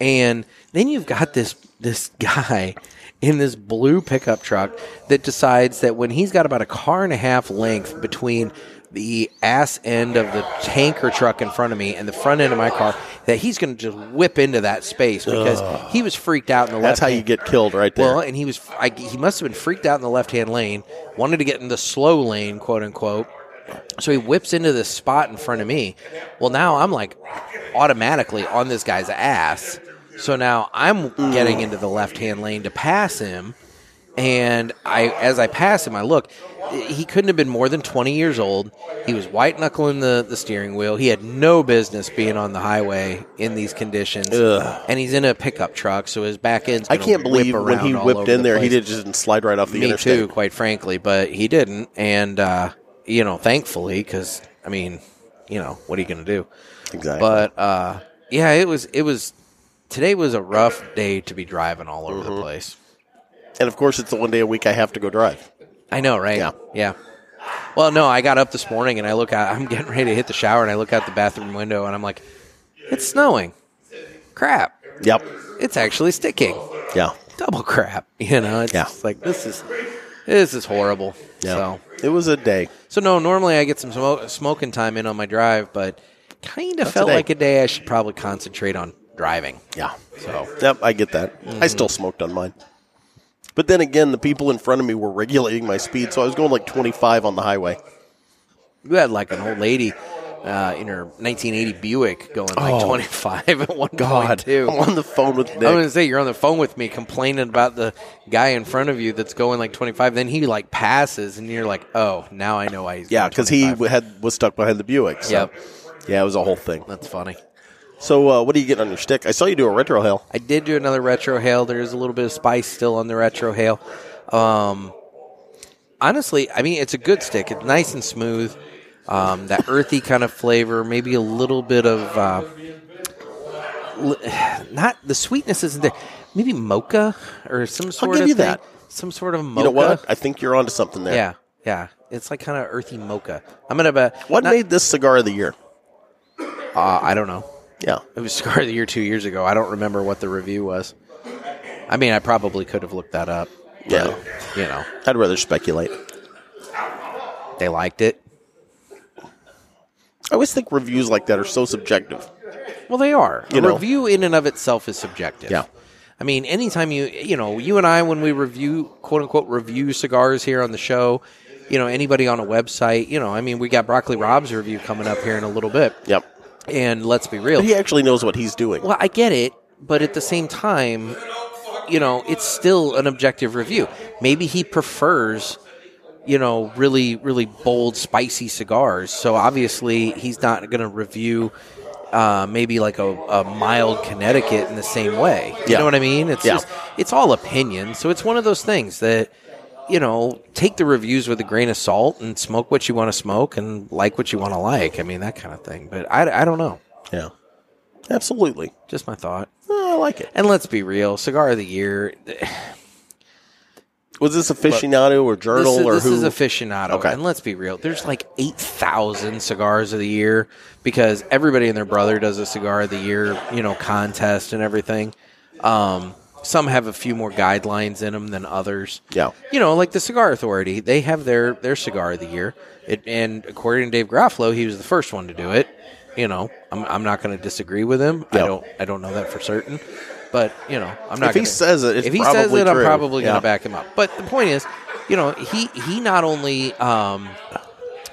B: And then you've got this this guy in this blue pickup truck that decides that when he's got about a car and a half length between the ass end of the tanker truck in front of me and the front end of my car, that he's going to just whip into that space because he was freaked out in the
A: That's
B: left
A: how you
B: hand-
A: get killed right there.
B: well, and he was I, he must have been freaked out in the left hand lane, wanted to get in the slow lane, quote unquote. So he whips into this spot in front of me. Well, now I'm like automatically on this guy's ass. So now I'm getting into the left hand lane to pass him. And I, as I pass him, I look. He couldn't have been more than 20 years old. He was white knuckling the, the steering wheel. He had no business being on the highway in these conditions.
A: Ugh.
B: And he's in a pickup truck, so his back end's
A: I
B: gonna
A: can't
B: whip
A: believe when
B: around
A: he
B: all
A: whipped
B: over
A: in
B: the
A: there, he did
B: place.
A: just slide right off the
B: Me
A: interstate.
B: too, quite frankly, but he didn't, and uh, you know, thankfully, because I mean, you know, what are you going to do?
A: Exactly.
B: But uh, yeah, it was it was today was a rough day to be driving all over
A: Mm-hmm.
B: the place.
A: And of course, it's the one day a week I have to go drive.
B: I know, right?
A: Yeah.
B: Yeah. Well, no, I got up this morning and I look out. I'm getting ready to hit the shower and I look out the bathroom window and I'm like, it's snowing. Crap.
A: Yep.
B: It's actually sticking.
A: Yeah.
B: Double crap. You know, it's
A: Yeah.
B: like this is this is horrible.
A: Yeah.
B: So
A: It was a day.
B: so no, normally I get some smoke, smoking time in on my drive, but kind of felt
A: today.
B: like a day I should probably concentrate on driving.
A: Yeah.
B: So
A: Yep. I get that. I still smoked on mine. But then again, the people in front of me were regulating my speed, so I was going like 25 on the highway.
B: You had like an old lady uh, in her 1980 Buick going like
A: Oh.
B: 25 at one
A: God, Oh
B: point too.
A: I'm on the phone with Nick.
B: I was gonna say you're on the phone with me complaining about the guy in front of you that's going like 25. Then he like passes, and you're like, oh, now I know why he's
A: yeah,
B: going
A: because he
B: 25.
A: had was stuck behind the Buick. So.
B: Yep.
A: Yeah, it was a whole thing.
B: That's funny.
A: So, uh, what do you get on your stick? I saw you do a retro hail.
B: I did do another retro hail. There is a little bit of spice still on the retro hail. Um, honestly, I mean, it's a good stick. It's nice and smooth. Um, that earthy kind of flavor, maybe a little bit of uh, li- not the sweetness isn't there. Maybe mocha or some sort
A: give
B: of
A: you
B: thing.
A: that.
B: Some sort of mocha.
A: You know what? I think you're onto something there.
B: Yeah, yeah. It's like kind of earthy mocha. I'm gonna bet.
A: What made this cigar of the year?
B: Uh, I don't know.
A: Yeah.
B: It was cigar of the year two years ago. I don't remember what the review was. I mean, I probably could have looked that up.
A: Yeah.
B: but, you know,
A: I'd rather speculate.
B: they liked it.
A: I always think reviews like that are so subjective.
B: Well, they are.
A: You
B: a
A: know.
B: review in and of itself is subjective.
A: Yeah.
B: I mean, anytime you, you know, you and I, when we review, quote unquote, review cigars here on the show, you know, anybody on a website, you know, I mean, we got Broccoli Rob's review coming up here in a little bit.
A: Yep.
B: And let's be real.
A: He actually knows what he's doing.
B: Well, I get it, but at the same time, you know, it's still an objective review. Maybe he prefers, you know, really, really bold, spicy cigars. So obviously, he's not going to review uh, maybe like a, a mild Connecticut in the same way. You
A: Yeah.
B: know what I mean? It's
A: Yeah.
B: just, it's all opinion. So it's one of those things that. You know, take the reviews with a grain of salt and smoke what you want to smoke and like what you want to like. I mean, that kind of thing. But I, I don't know.
A: Yeah. Absolutely.
B: Just my thought.
A: Oh, I like it.
B: And let's be real, cigar of the year. This,
A: Was this aficionado or journal
B: is,
A: or
B: this
A: who?
B: is aficionado.
A: Okay.
B: And let's be real, there's like eight thousand cigars of the year because everybody and their brother does a cigar of the year, you know, contest and everything. Um, some have a few more guidelines in them than others.
A: Yeah.
B: You know, like the Cigar Authority, they have their their cigar of the year. It, and according to Dave Grofflow, he was the first one to do it. You know, I'm, I'm not going to disagree with him. I
A: Yeah.
B: don't I don't know that for certain, but you know, I'm not.
A: If he
B: gonna-
A: says it, it's
B: if he says
A: probably
B: it, I'm
A: true.
B: probably going
A: Yeah.
B: to back him up. But the point is, you know, he he not only um,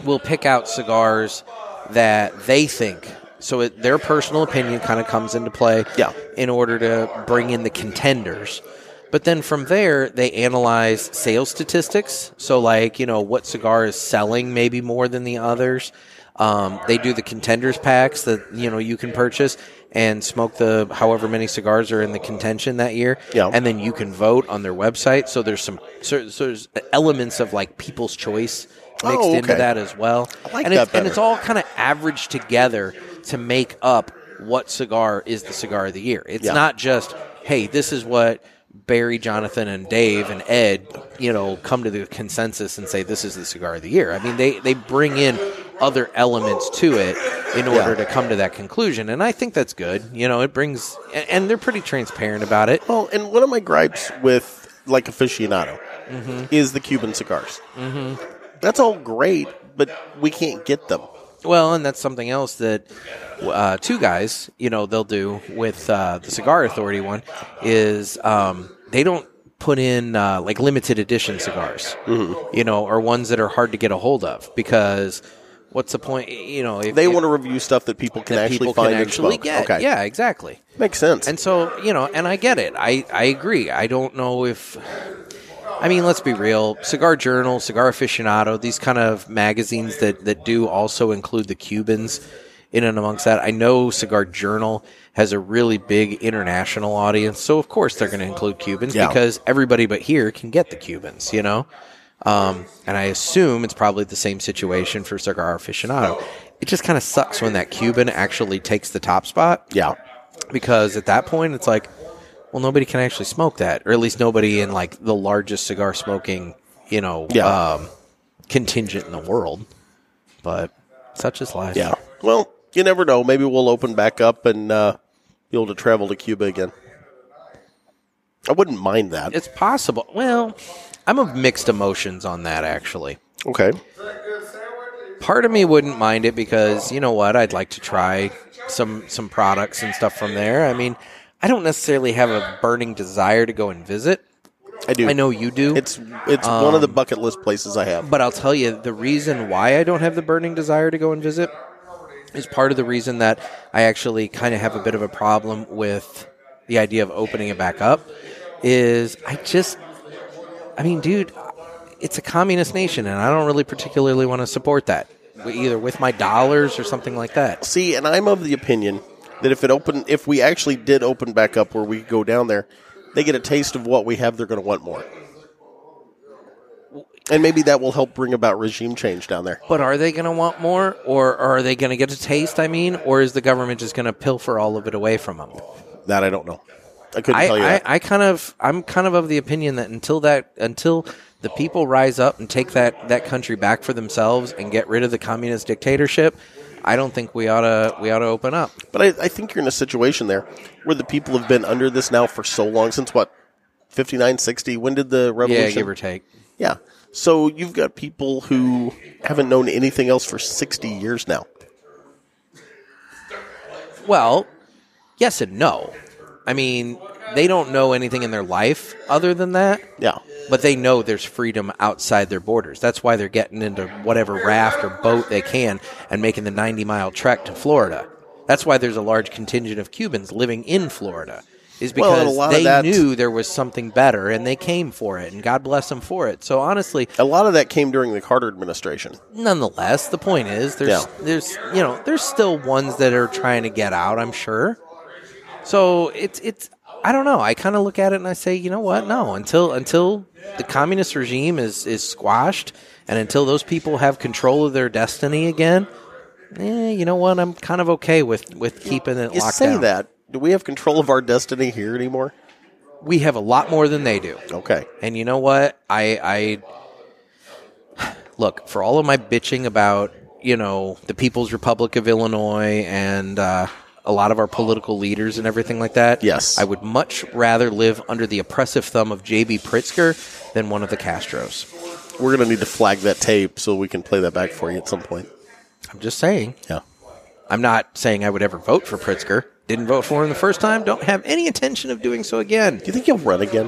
B: will pick out cigars that they think. So it, their personal opinion kind of comes into play
A: Yeah.
B: in order to bring in the contenders. But then from there, they analyze sales statistics. So, like, you know, what cigar is selling maybe more than the others. Um, they do the contenders packs that, you know, you can purchase and smoke the however many cigars are in the contention that year.
A: Yeah.
B: And then you can vote on their website. So there's some, so, so there's elements of like people's choice mixed
A: Oh,
B: into
A: okay.
B: that as well.
A: like
B: and, it's,
A: that
B: and it's
A: better.
B: all kind of averaged together to make up what cigar is the cigar of the year. It's
A: Yeah.
B: not just hey, this is what Barry, Jonathan, and Dave and Ed, you know, come to the consensus and say this is the cigar of the year. I mean, they they bring in other elements to it in order to come to that conclusion, and I think that's good. You know, it brings and, and they're pretty transparent about it.
A: Well, and one of my gripes with like aficionado
B: Mm-hmm.
A: is the Cuban cigars. Mm-hmm. That's all great, but we can't get them.
B: Well, and that's something else that uh, two guys, you know, they'll do with uh, the Cigar Authority one is um, they don't put in uh, like limited edition cigars,
A: Mm-hmm.
B: you know, or ones that are hard to get a hold of because what's the point, you know, if
A: They
B: if
A: want to review stuff that people can actually
B: people
A: find
B: can
A: and
B: actually
A: smoke.
B: get,
A: okay,
B: yeah, exactly.
A: makes sense.
B: And so, you know, and I get it. I, I agree. I don't know if. I mean, let's be real. Cigar Journal, Cigar Aficionado, these kind of magazines that, that do also include the Cubans in and amongst that. I know Cigar Journal has a really big international audience. So, of course, they're going to include Cubans
A: Yeah.
B: because everybody but here can get the Cubans, you know? Um, and I assume it's probably the same situation for Cigar Aficionado. It just kind of sucks when that Cuban actually takes the top spot
A: yeah,
B: because at that point it's like, well, nobody can actually smoke that, or at least nobody in like the largest cigar smoking, you know,
A: Yeah.
B: um, contingent in the world. But such is life.
A: Yeah. Well, you never know. Maybe we'll open back up and uh, be able to travel to Cuba again. I wouldn't mind that.
B: it's possible. Well, I'm of mixed emotions on that actually.
A: Okay.
B: part of me wouldn't mind it because you know what i'd like to try some some products and stuff from there i mean i don't necessarily have a burning desire to go and visit
A: I do.
B: i know Um, you do
A: It's it's one of the bucket list places I have.
B: but i'll tell you the reason why i don't have the burning desire to go and visit is part of the reason that i actually kind of have a bit of a problem with the idea of opening it back up is i just i mean dude it's a communist nation and i don't really particularly want to support that either with my dollars or something like that
A: See, and I'm of the opinion that if it open, if we actually did open back up where we go down there, they get a taste of what we have. They're going to want more, and maybe that will help bring about regime change down there.
B: But are they going to want more, or are they going to get a taste? I mean, or is the government just going to pilfer all of it away from them?
A: That I don't know. I couldn't
B: I,
A: tell you
B: I,
A: that.
B: I kind of, I'm kind of of the opinion that until that, until the people rise up and take that that country back for themselves and get rid of the communist dictatorship, I don't think we ought to we ought to open up.
A: But I, I think you're in a situation there where the people have been under this now for so long since what, fifty nine, sixty? When did the revolution?
B: Yeah, give or take.
A: Yeah. So you've got people who haven't known anything else for sixty years now.
B: Well, yes and no. I mean, they don't know anything in their life other than that.
A: Yeah.
B: but they know there's freedom outside their borders. That's why they're getting into whatever raft or boat they can and making the 90 mile trek to Florida. That's why there's a large contingent of Cubans living in Florida, is
A: Well, and a
B: because
A: lot of
B: they
A: that-
B: knew there was something better and they came for it, and God bless them for it. So honestly,
A: A lot of that came during the Carter administration.
B: nonetheless, the point is there's
A: Yeah.
B: there's you know there's still ones that are trying to get out. I'm sure. So it's it's I don't know. I kind of look at it and I say, you know what? No, until until the communist regime is is squashed and until those people have control of their destiny again, eh, you know what? I'm kind of okay with with keeping it
A: You
B: locked
A: say
B: down.
A: that. Do we have control of our destiny here anymore?
B: We have a lot more than they do.
A: Okay.
B: And you know what? I I look for all of my bitching about you know the People's Republic of Illinois and uh, a lot of our political leaders and everything like that.
A: Yes.
B: I would much rather live under the oppressive thumb of J.B. Pritzker than one of the Castros.
A: We're going to need to flag that tape so we can play that back for you at some point.
B: I'm just saying.
A: Yeah.
B: I'm not saying I would ever vote for Pritzker. Didn't vote for him the first time. Don't have any intention of doing so again.
A: Do you think he'll run again?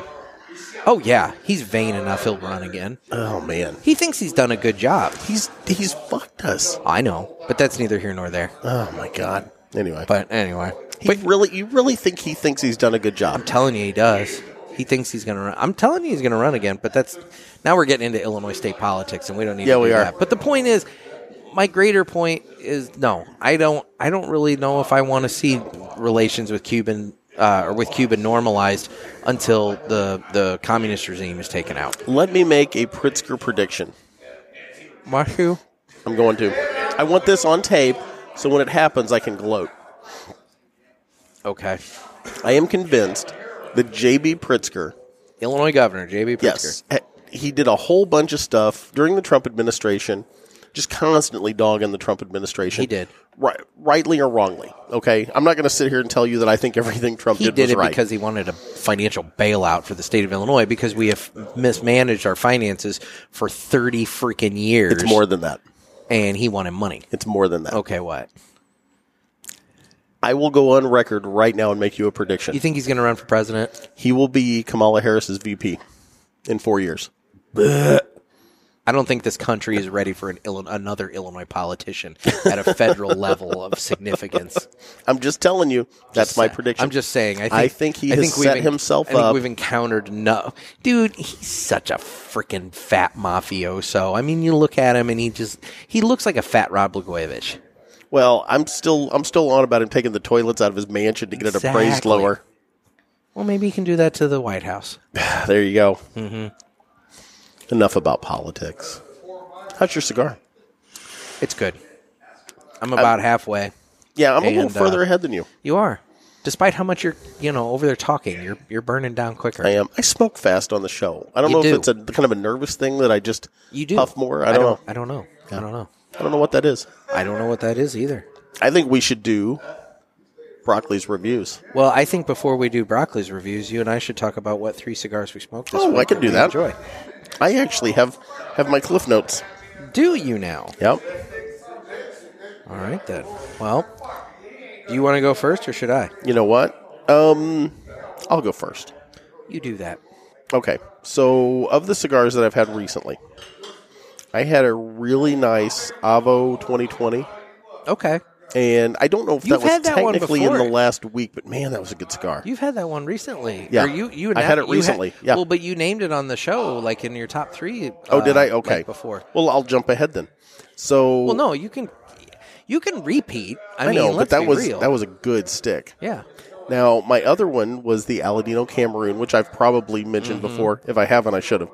B: Oh yeah, he's vain enough. He'll run again.
A: Oh man.
B: He thinks he's done a good job.
A: He's he's fucked us.
B: I know, but that's neither here nor there.
A: Oh my god. Anyway.
B: But anyway,
A: he really you really think he thinks he's done a good job.
B: I'm telling you, he does. He thinks he's going to run. I'm telling you, he's going to run again. But that's now we're getting into Illinois state politics, and we don't need.
A: Yeah,
B: to do
A: we are.
B: That. But the point is, my greater point is no. I don't. I don't really know if I want to see relations with Cuban uh, or with Cuba normalized until the the communist regime is taken out.
A: Let me make a Pritzker prediction.
B: Marshall.
A: I'm going to. I want this on tape so when it happens I can gloat.
B: Okay.
A: I am convinced that JB Pritzker
B: Illinois Governor J.B. Pritzker.
A: Yes. He- He did a whole bunch of stuff during the Trump administration, just constantly dogging the Trump administration.
B: He did.
A: Right, rightly or wrongly. Okay. I'm not going to sit here and tell you that I think everything Trump
B: He
A: did,
B: did,
A: was
B: it
A: right.
B: because he wanted a financial bailout for the state of Illinois because we have mismanaged our finances for 30 freaking years.
A: it's more than that.
B: And he wanted money.
A: It's more than that.
B: Okay, what?
A: I will go on record right now and make you a prediction.
B: You think he's going to run for president?
A: he will be Kamala Harris's VP in four years.
B: I don't think this country is ready for an Illinois, another Illinois politician at a federal level of significance.
A: I'm just telling you, that's my prediction.
B: I'm just saying. I think,
A: I think he
B: I
A: has
B: think we've
A: set
B: en-
A: himself
B: I think
A: up.
B: We've encountered no dude. He's such a freaking fat mafioso. I mean, you look at him and he just he looks like a fat Rob Blagojevich.
A: Well, I'm still I'm still on about him taking the toilets out of his mansion to get it appraised
B: Exactly.
A: lower.
B: Well, maybe he can do that to the White House.
A: There you go.
B: Mm-hmm.
A: Enough about politics. How's your cigar?
B: It's good. I'm about halfway.
A: Yeah, I'm a little
B: And, uh,
A: further ahead than you.
B: You are. despite how much you're you know over there talking, you're you're burning down quicker.
A: I am. I smoke fast on the show. I don't
B: You
A: know
B: do.
A: if it's a kind of a nervous thing that I just
B: you do
A: puff more. I don't, know.
B: I don't know. I don't know.
A: I don't know what that is.
B: I don't know what that is either.
A: I think we should do broccoli's reviews.
B: Well, I think before we do broccoli's reviews, you and I should talk about what three cigars we smoked this
A: Oh, I
B: week.
A: could do
B: we
A: that.
B: Enjoy.
A: I actually have have my cliff notes.
B: Do you now?
A: Yep.
B: All right then. Well, do you want to go first or should I?
A: You know what? Um, I'll go first.
B: You do that.
A: Okay. So, of the cigars that I've had recently, I had a really nice Avo 2020,
B: Okay.
A: and I don't know if
B: You've
A: that was
B: had that one
A: technically in the
B: before.
A: last week, but man, that was a good cigar.
B: You've had that one recently.
A: Yeah.
B: Or you, you
A: I had it
B: you
A: recently, yeah.
B: Well, but you named it on the show, like in your top three.
A: oh,
B: uh,
A: did I? Okay.
B: like before.
A: Well, I'll jump ahead then. So,
B: Well, no, you can, you can repeat. I,
A: I
B: mean,
A: know, but
B: let's
A: that
B: be
A: was
B: real.
A: that was a good stick.
B: yeah.
A: Now, my other one was the Aladino Cameroon, which I've probably mentioned
B: Mm-hmm.
A: before. If I haven't, I should have.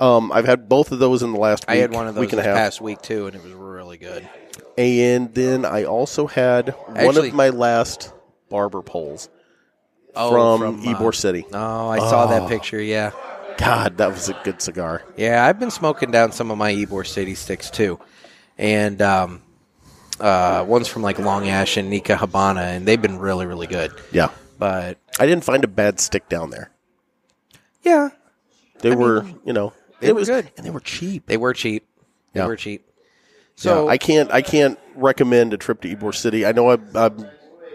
A: Um, I've had both of those in the last
B: I
A: week,
B: had one of those
A: week and a
B: this
A: half.
B: past week too, and it was really good.
A: And then I also had one
B: Actually-
A: of my last barber poles
B: Oh,
A: from,
B: uh,
A: Ybor Ah. City.
B: Oh, I saw that picture. Yeah,
A: God, that was a good cigar.
B: yeah. I've been smoking down some of my Ybor City sticks too, and um, uh, ones from like Long Ash and Nika Habana, and they've been really, really good.
A: Yeah.
B: But
A: I didn't find a bad stick down there.
B: yeah,
A: They were, you know,
B: they
A: it
B: were
A: was
B: good.
A: and they were cheap.
B: they were cheap. They
A: Yeah.
B: were cheap.
A: So
B: So
A: I can't I can't recommend a trip to Ybor City. I know I, I'm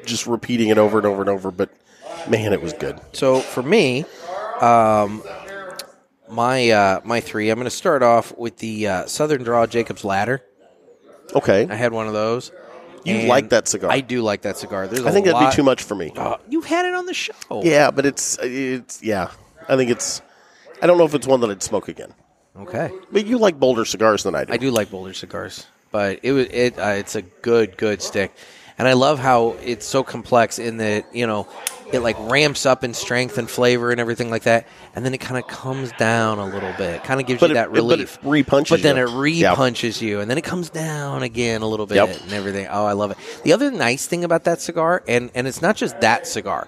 A: just repeating it over and over and over, but man, it was good.
B: So for me, um, my uh, my three. I'm going to start off with the uh, Southern Draw Jacob's Ladder.
A: Okay,
B: I had one of those.
A: You like that cigar.
B: I do like that cigar. There's
A: I think that'd be too much for me.
B: you've had it on the show.
A: Yeah, but it's it's yeah. I think it's. I don't know if it's one that I'd smoke again.
B: Okay.
A: But you like bolder cigars than I do.
B: I do like Boulder cigars, but it was it. Uh, it's a good good stick, and I love how it's so complex in that you know it like ramps up in strength and flavor and everything like that, and then it kind of comes down a little bit, kind of gives
A: But
B: you
A: it-
B: that
A: it- but it
B: relief.
A: repunches
B: but then
A: you.
B: it
A: Yeah.
B: repunches you, and then it comes down again a little bit
A: Yep.
B: and everything. Oh, I love it. The other nice thing about that cigar, and and it's not just that cigar.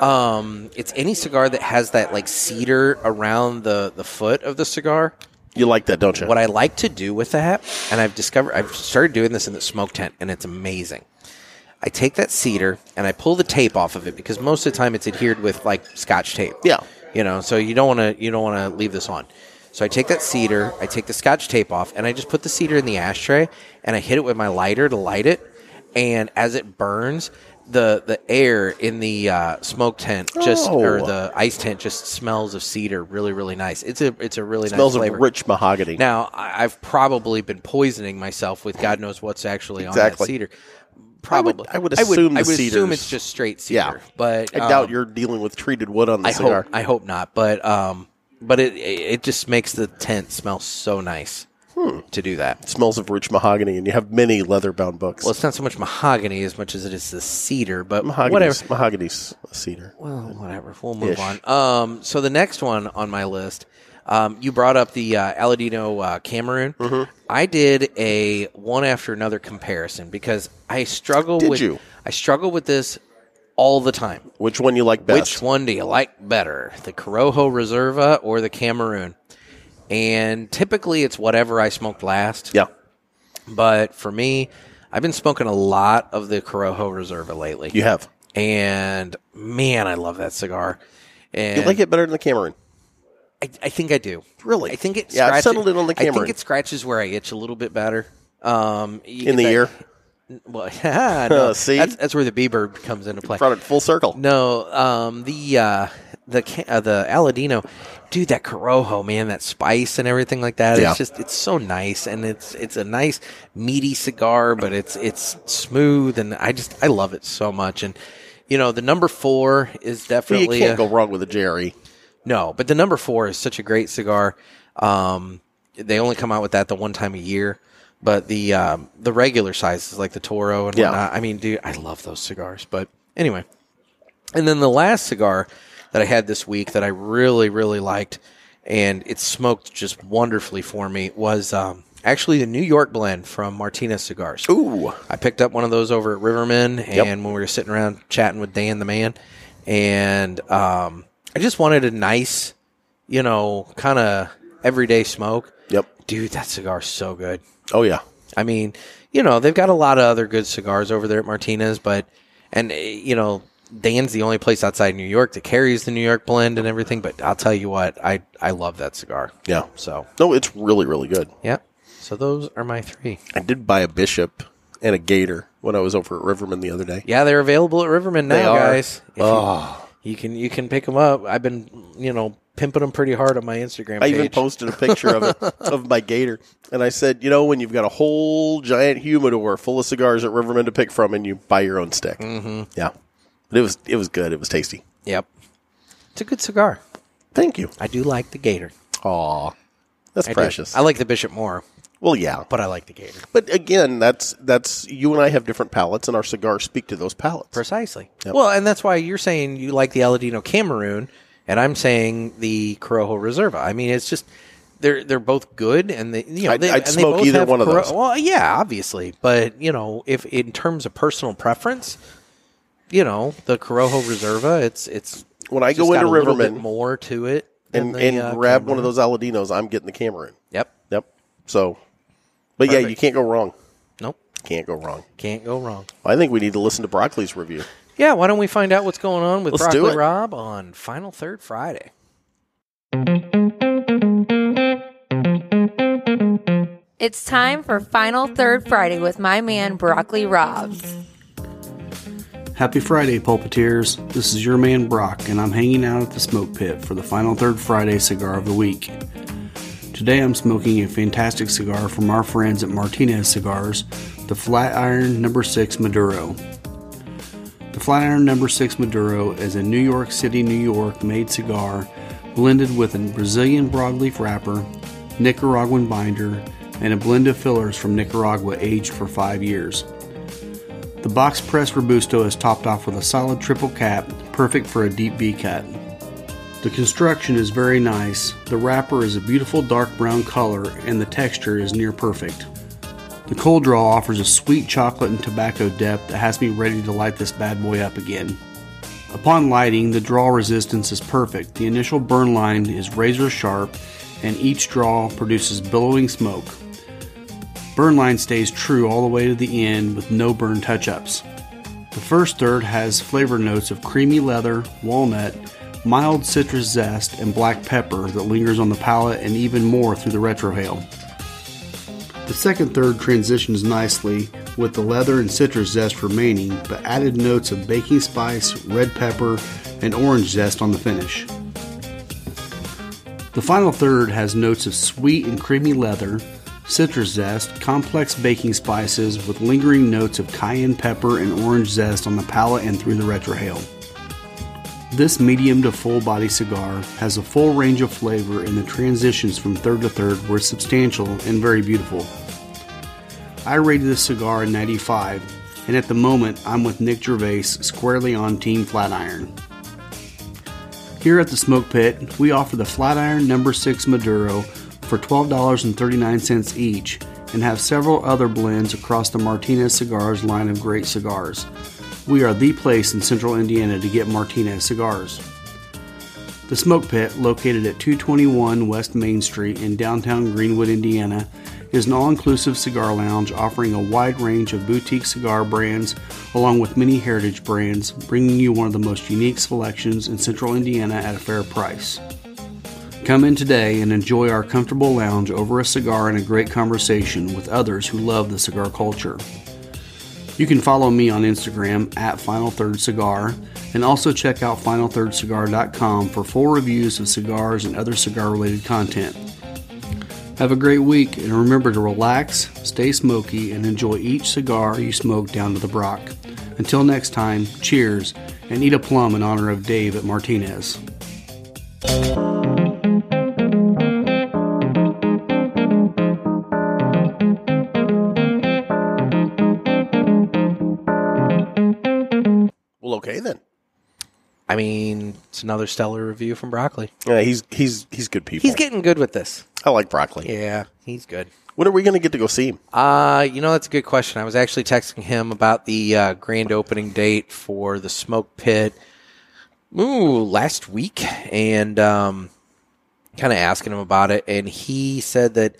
B: Um, it's any cigar that has that like cedar around the the foot of the cigar
A: You like that, don't you?
B: what I like to do with that, and I've discovered, I've started doing this in the smoke tent, and it's amazing. I take that cedar and I pull the tape off of it because most of the time it's adhered with like scotch tape.
A: Yeah.
B: you know, so you don't want to you don't want to leave this on. So I take that cedar, I take the scotch tape off, and I just put the cedar in the ashtray, and I hit it with my lighter to light it, and as it burns. The, the air in the uh, smoke tent just or
A: Oh.
B: the ice tent just smells of cedar really really nice it's a it's a really nice
A: smells of
B: flavor.
A: rich mahogany.
B: Now, I- I've probably been poisoning myself with God knows what's actually on that
A: Exactly.
B: cedar. Probably,
A: I would assume the
B: I would assume
A: cedars-
B: it's just straight
A: Yeah.
B: cedar. but
A: I
B: um,
A: doubt you're dealing with treated wood on the
B: I
A: cigar.
B: hope I hope not. But um, but it it just makes the tent smell so nice
A: Hmm.
B: to do that.
A: It smells of rich mahogany, and you have many leather-bound books.
B: Well, it's not so much mahogany as much as it is the cedar, but
A: mahogany's,
B: whatever.
A: Mahogany's cedar.
B: Well, Oh, whatever. We'll move
A: Ish.
B: on. Um, so the next one on my list, um, you brought up the uh, Aladino uh, Cameroon.
A: Mm-hmm.
B: I did a one after another comparison because I struggle
A: Did
B: with
A: you?
B: I struggle with this all the time.
A: Which one you like best?
B: Which one do you like better, the Corojo Reserva or the Cameroon? And typically, it's whatever I smoked last.
A: Yeah.
B: But for me, I've been smoking a lot of the Corojo Reserva lately
A: You have.
B: and man, I love that cigar. And
A: You like it better than the Cameron.
B: I, I think I do.
A: Really?
B: I think it.
A: Yeah, I've
B: scratches-
A: settled in on the
B: I think
A: Cameron.
B: it scratches where I itch a little bit better. Um, you
A: In
B: get
A: the
B: that-
A: ear?
B: Well, no,
A: See?
B: that's, that's where the bee bird comes into play.
A: Brought it full circle.
B: No, um, the uh, the ca- uh, the Aladino, dude, that Corojo, man, that spice and everything like that.
A: Yeah.
B: It's just it's so nice, and it's it's a nice meaty cigar, but it's it's smooth, and I just I love it so much. And you know, the number four is
A: Well, you
B: definitely
A: can't
B: a-
A: go wrong with a Jerry.
B: no, but the number four is such a great cigar. Um, they only come out with that the one time a year, but the um, the regular sizes like the Toro and
A: Yeah.
B: whatnot. I mean, dude, I love those cigars. But anyway, and then the last cigar that I had this week that I really really liked, and it smoked just wonderfully for me was um, Actually, the New York blend from Martinez Cigars.
A: Ooh.
B: I picked up one of those over at Riverman, and when we were sitting around chatting with Dan the man, and um, I just wanted a nice, you know, kind of everyday smoke.
A: Yep.
B: Dude, that cigar's so good.
A: Oh yeah.
B: I mean, you know, they've got a lot of other good cigars over there at Martinez, but and eh, you know, Dan's the only place outside New York that carries the New York blend and everything. But I'll tell you what, I I love that cigar.
A: Yeah.
B: So
A: No, it's really really good.
B: yeah. So those are my three.
A: I did buy a bishop and a gator when I was over at Riverman the other day.
B: Yeah, they're available at Riverman now,
A: They are.
B: guys. If you-
A: Oh.
B: you, can you can pick them up. I've been you know pimping them pretty hard on my Instagram.
A: I
B: page.
A: even posted a picture of it of my gator, and I said, you know, when you've got a whole giant humidor full of cigars at Riverman to pick from, and you buy your own stick, mm-hmm. yeah, but it was it was good. It was tasty.
B: Yep, it's a good cigar.
A: Thank you.
B: I do like the Gator.
A: Aw, that's
B: I do.
A: precious.
B: I like the Bishop more,
A: well, yeah,
B: but I like the Gator
A: but again, that's that's you and I have different palates, and our cigars speak to those palates.
B: precisely. Well, and that's why you're saying you like the Aladino Cameroon, and I'm saying the Corojo Reserva. I mean, it's just. They're, they're both good and they you know
A: I'd-
B: they,
A: I'd
B: and they
A: smoke
B: both
A: either
B: have
A: one of those.
B: Well, yeah, obviously, but you know if in terms of personal preference, you know the Corojo Reserva, it's it's
A: When I
B: just
A: go
B: got
A: into
B: a little
A: Riverman
B: bit more to it than
A: and,
B: the,
A: and
B: uh,
A: grab
B: Cameroon.
A: one of those Aladinos, I'm getting the Cameroon.
B: Yep.
A: Yep. So, but yeah,
B: Perfect.
A: you can't go wrong.
B: Nope.
A: Can't go wrong.
B: Can't go wrong.
A: I think we need to listen to Broccoli's review.
B: Yeah, why don't we find out what's going on with
A: Let's do
B: Broccoli
A: it.
B: Rob on Final Third Friday?
C: It's time for Final Third Friday with my man Broccoli Robs.
D: Happy Friday, Pulpiteers. This is your man Brock, and I'm hanging out at the smoke pit for the final third Friday cigar of the week. Today I'm smoking a fantastic cigar from our friends at Martinez Cigars, the Flatiron Number 6 Maduro. The Flatiron Number 6 Maduro is a New York City, New York made cigar blended with a Brazilian broadleaf wrapper, Nicaraguan binder, and a blend of fillers from Nicaragua aged for 5 years. The box press Robusto is topped off with a solid triple cap, perfect for a deep V cut. The construction is very nice, the wrapper is a beautiful dark brown color, and the texture is near perfect. The cold draw offers a sweet chocolate and tobacco depth that has me ready to light this bad boy up again. Upon lighting, the draw resistance is perfect. The initial burn line is razor sharp, and each draw produces billowing smoke. Burn line stays true all the way to the end with no burn touch ups. The first third has flavor notes of creamy leather, walnut, mild citrus zest, and black pepper that lingers on the palate and even more through the retrohale. The second third transitions nicely with the leather and citrus zest remaining, but added notes of baking spice, red pepper, and orange zest on the finish. The final third has notes of sweet and creamy leather, citrus zest, complex baking spices with lingering notes of cayenne pepper and orange zest on the palate and through the retrohale. This medium to full body cigar has a full range of flavor and the transitions from third to third were substantial and very beautiful. I rated this cigar a 95, and at the moment I'm with Nick Gervais squarely on Team Flatiron. Here at the Smoke Pit, we offer the Flatiron Number 6 Maduro for $12.39 each and have several other blends across the Martinez Cigars line of great cigars. We are the place in central Indiana to get Martinez cigars. The Smoke Pit, located at 221 West Main Street in downtown Greenwood, Indiana, is an all inclusive cigar lounge offering a wide range of boutique cigar brands along with many heritage brands, bringing you one of the most unique selections in central Indiana at a fair price. Come in today and enjoy our comfortable lounge over a cigar and a great conversation with others who love the cigar culture. You can follow me on Instagram at Final Third Cigar and also check out FinalThirdCigar.com for full reviews of cigars and other cigar related content. Have a great week and remember to relax, stay smoky, and enjoy each cigar you smoke down to the Brock. Until next time, cheers and eat a plum in honor of Dave at Martinez.
A: Well, okay then.
B: I mean, it's another stellar review from Broccoli.
A: Yeah, he's he's he's good people.
B: He's getting good with this.
A: I like broccoli.
B: Yeah, he's good.
A: When are we going to get to go see him?
B: Uh, you know, that's a good question. I was actually texting him about the uh, grand opening date for the Smoke Pit. Ooh, last week, and um, kind of asking him about it, and he said that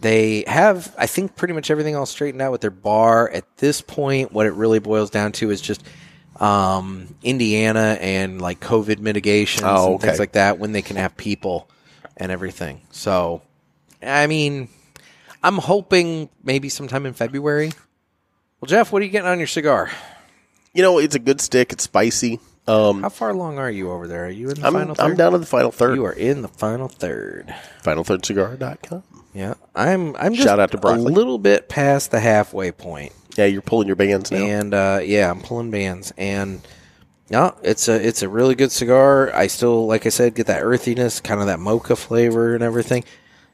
B: they have, I think, pretty much everything all straightened out with their bar at this point. What it really boils down to is just um, Indiana and like COVID mitigations
A: Oh,
B: and things
A: okay.
B: like that when they can have people and everything. So, I mean, I'm hoping maybe sometime in February. Well, Jeff, what are you getting on your cigar?
A: You know, it's a good stick. It's spicy. Um,
B: How far along are you over there? Are you in the
A: I'm,
B: final
A: I'm
B: third?
A: down to the final third.
B: You are in the final third.
A: FinalThirdCigar.com.
B: Yeah, I'm. I'm just
A: Shout out to
B: a
A: Broccoli.
B: little bit past the halfway point,
A: Yeah, you're pulling your bands now.
B: and uh, yeah, I'm pulling bands, and no, it's a it's a really good cigar. I still, like I said, get that earthiness, kind of that mocha flavor and everything,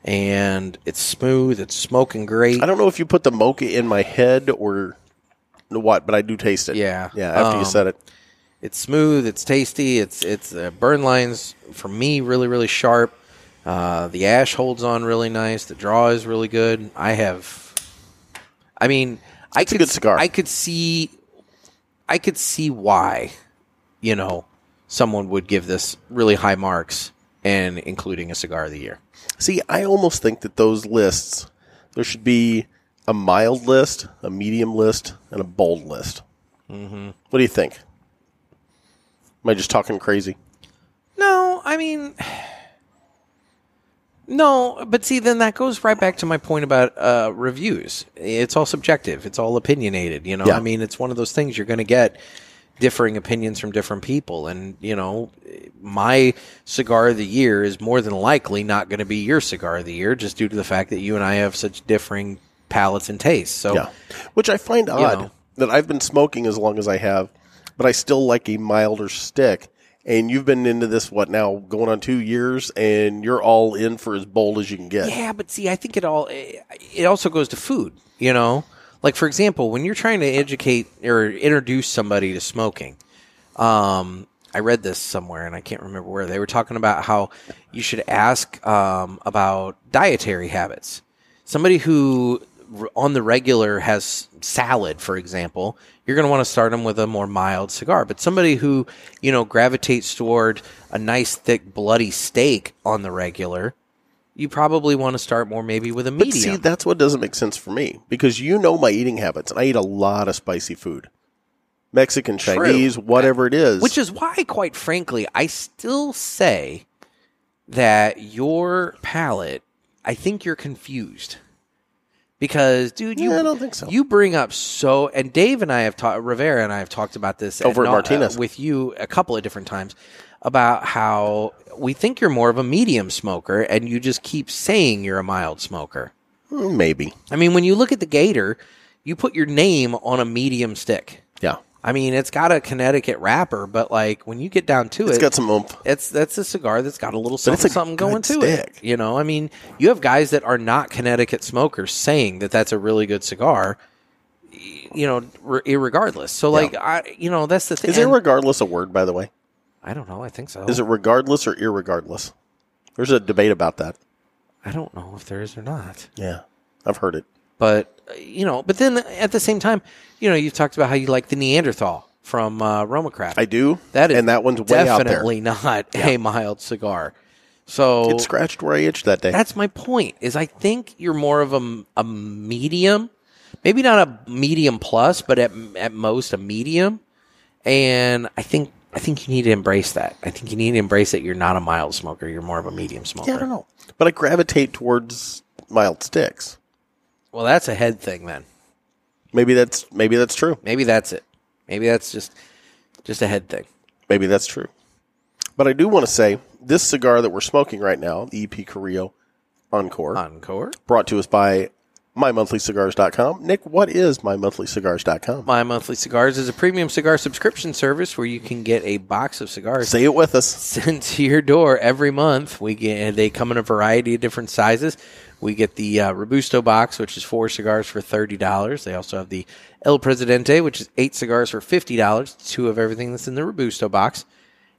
B: and it's smooth. It's smoking great.
A: I don't know if you put the mocha in my head or what, but I do taste it.
B: Yeah.
A: Yeah, after you
B: Um,
A: said it.
B: It's smooth. It's tasty. It's it's uh, burn lines for me really really sharp. Uh, the ash holds on really nice. The draw is really good. I have, I mean, I
A: a
B: could
A: good cigar.
B: I could see, I could see why, you know, someone would give this really high marks and including a cigar of the year.
A: See, I almost think that those lists, there should be a mild list, a medium list, and a bold list.
B: Mm-hmm.
A: What do you think? Am I just talking crazy?
B: No, I mean, no, but see, then that goes right back to my point about uh, reviews. It's all subjective. It's all opinionated. You know,
A: Yeah.
B: I mean, it's one of those things you're going to get differing opinions from different people, and you know, my cigar of the year is more than likely not going to be your cigar of the year, just due to the fact that you and I have such differing palates and tastes. So,
A: Yeah. Which I find odd
B: know.
A: that I've been smoking as long as I have, but I still like a milder stick. And you've been into this, what now, going on two years, and you're all in for as bold as you can get.
B: Yeah, but see, I think it all it also goes to food. You know, like for example, when you're trying to educate or introduce somebody to smoking, um, I read this somewhere and I can't remember where they were talking about how you should ask um, about dietary habits. Somebody who r- on the regular has salad, for example, you're going to want to start them with a more mild cigar. But somebody who you know gravitates toward a nice thick bloody steak on the regular, you probably want to start more maybe with a
A: But
B: medium.
A: see, that's what doesn't make sense for me because you know my eating habits, and I eat a lot of spicy food Mexican,
B: True.
A: Chinese, whatever it is.
B: Which is why, quite frankly, I still say that your palate, I think you're confused. Because, dude, you
A: Yeah, I don't think so.
B: You bring up so, and Dave and I have talked, Rivera and I have talked about this
A: Over at
B: and not-
A: Martinez.
B: with you a couple of different times about how we think you're more of a medium smoker, and you just keep saying you're a mild smoker.
A: Mm, maybe.
B: I mean, when you look at the Gator, you put your name on a medium stick.
A: Yeah.
B: I mean, it's got a Connecticut wrapper, but like when you get down to
A: It's
B: it,
A: got some oomph.
B: it's that's a cigar that's got a little
A: But it's
B: something,
A: a
B: something
A: good
B: going to
A: stick.
B: it. You know, I mean, you have guys that are not Connecticut smokers saying that that's a really good cigar. y- You know, re- irregardless. So, like, I, you know, that's the thing.
A: Is it
B: And-
A: regardless a word, by the way?
B: I don't know. I think so.
A: Is it regardless or irregardless? There's a debate about that.
B: I don't know if there is or not.
A: Yeah. I've heard it.
B: But uh, you know, but then at the same time, you know, you've talked about how you like the Neanderthal from uh, Romacraft.
A: I do.
B: That is
A: and that one's way out there.
B: definitely not a mild cigar. So
A: It scratched where I itched that day.
B: that's my point. Is I think you're more of a, a medium, maybe not a medium plus, but at at most a medium. And I think I think you need to embrace that. I think you need to embrace that you're not a mild smoker. You're more of a medium smoker.
A: yeah, I don't know. But I gravitate towards mild sticks.
B: Well, that's a head thing then.
A: Maybe that's maybe that's true.
B: Maybe that's it. Maybe that's just just a head thing.
A: Maybe that's true. But I do want to say this cigar that we're smoking right now, the EP Carrillo Encore,
B: Encore.
A: brought to us by mymonthlycigars.com. Nick, what is mymonthlycigars.com?
B: My monthly cigars is a premium cigar subscription service where you can get a box of cigars
A: Say it with us.
B: sent to your door every month. We get they come in a variety of different sizes. We get the uh, Robusto box, which is four cigars for thirty dollars. They also have the El Presidente, which is eight cigars for fifty dollars. Two of everything that's in the Robusto box,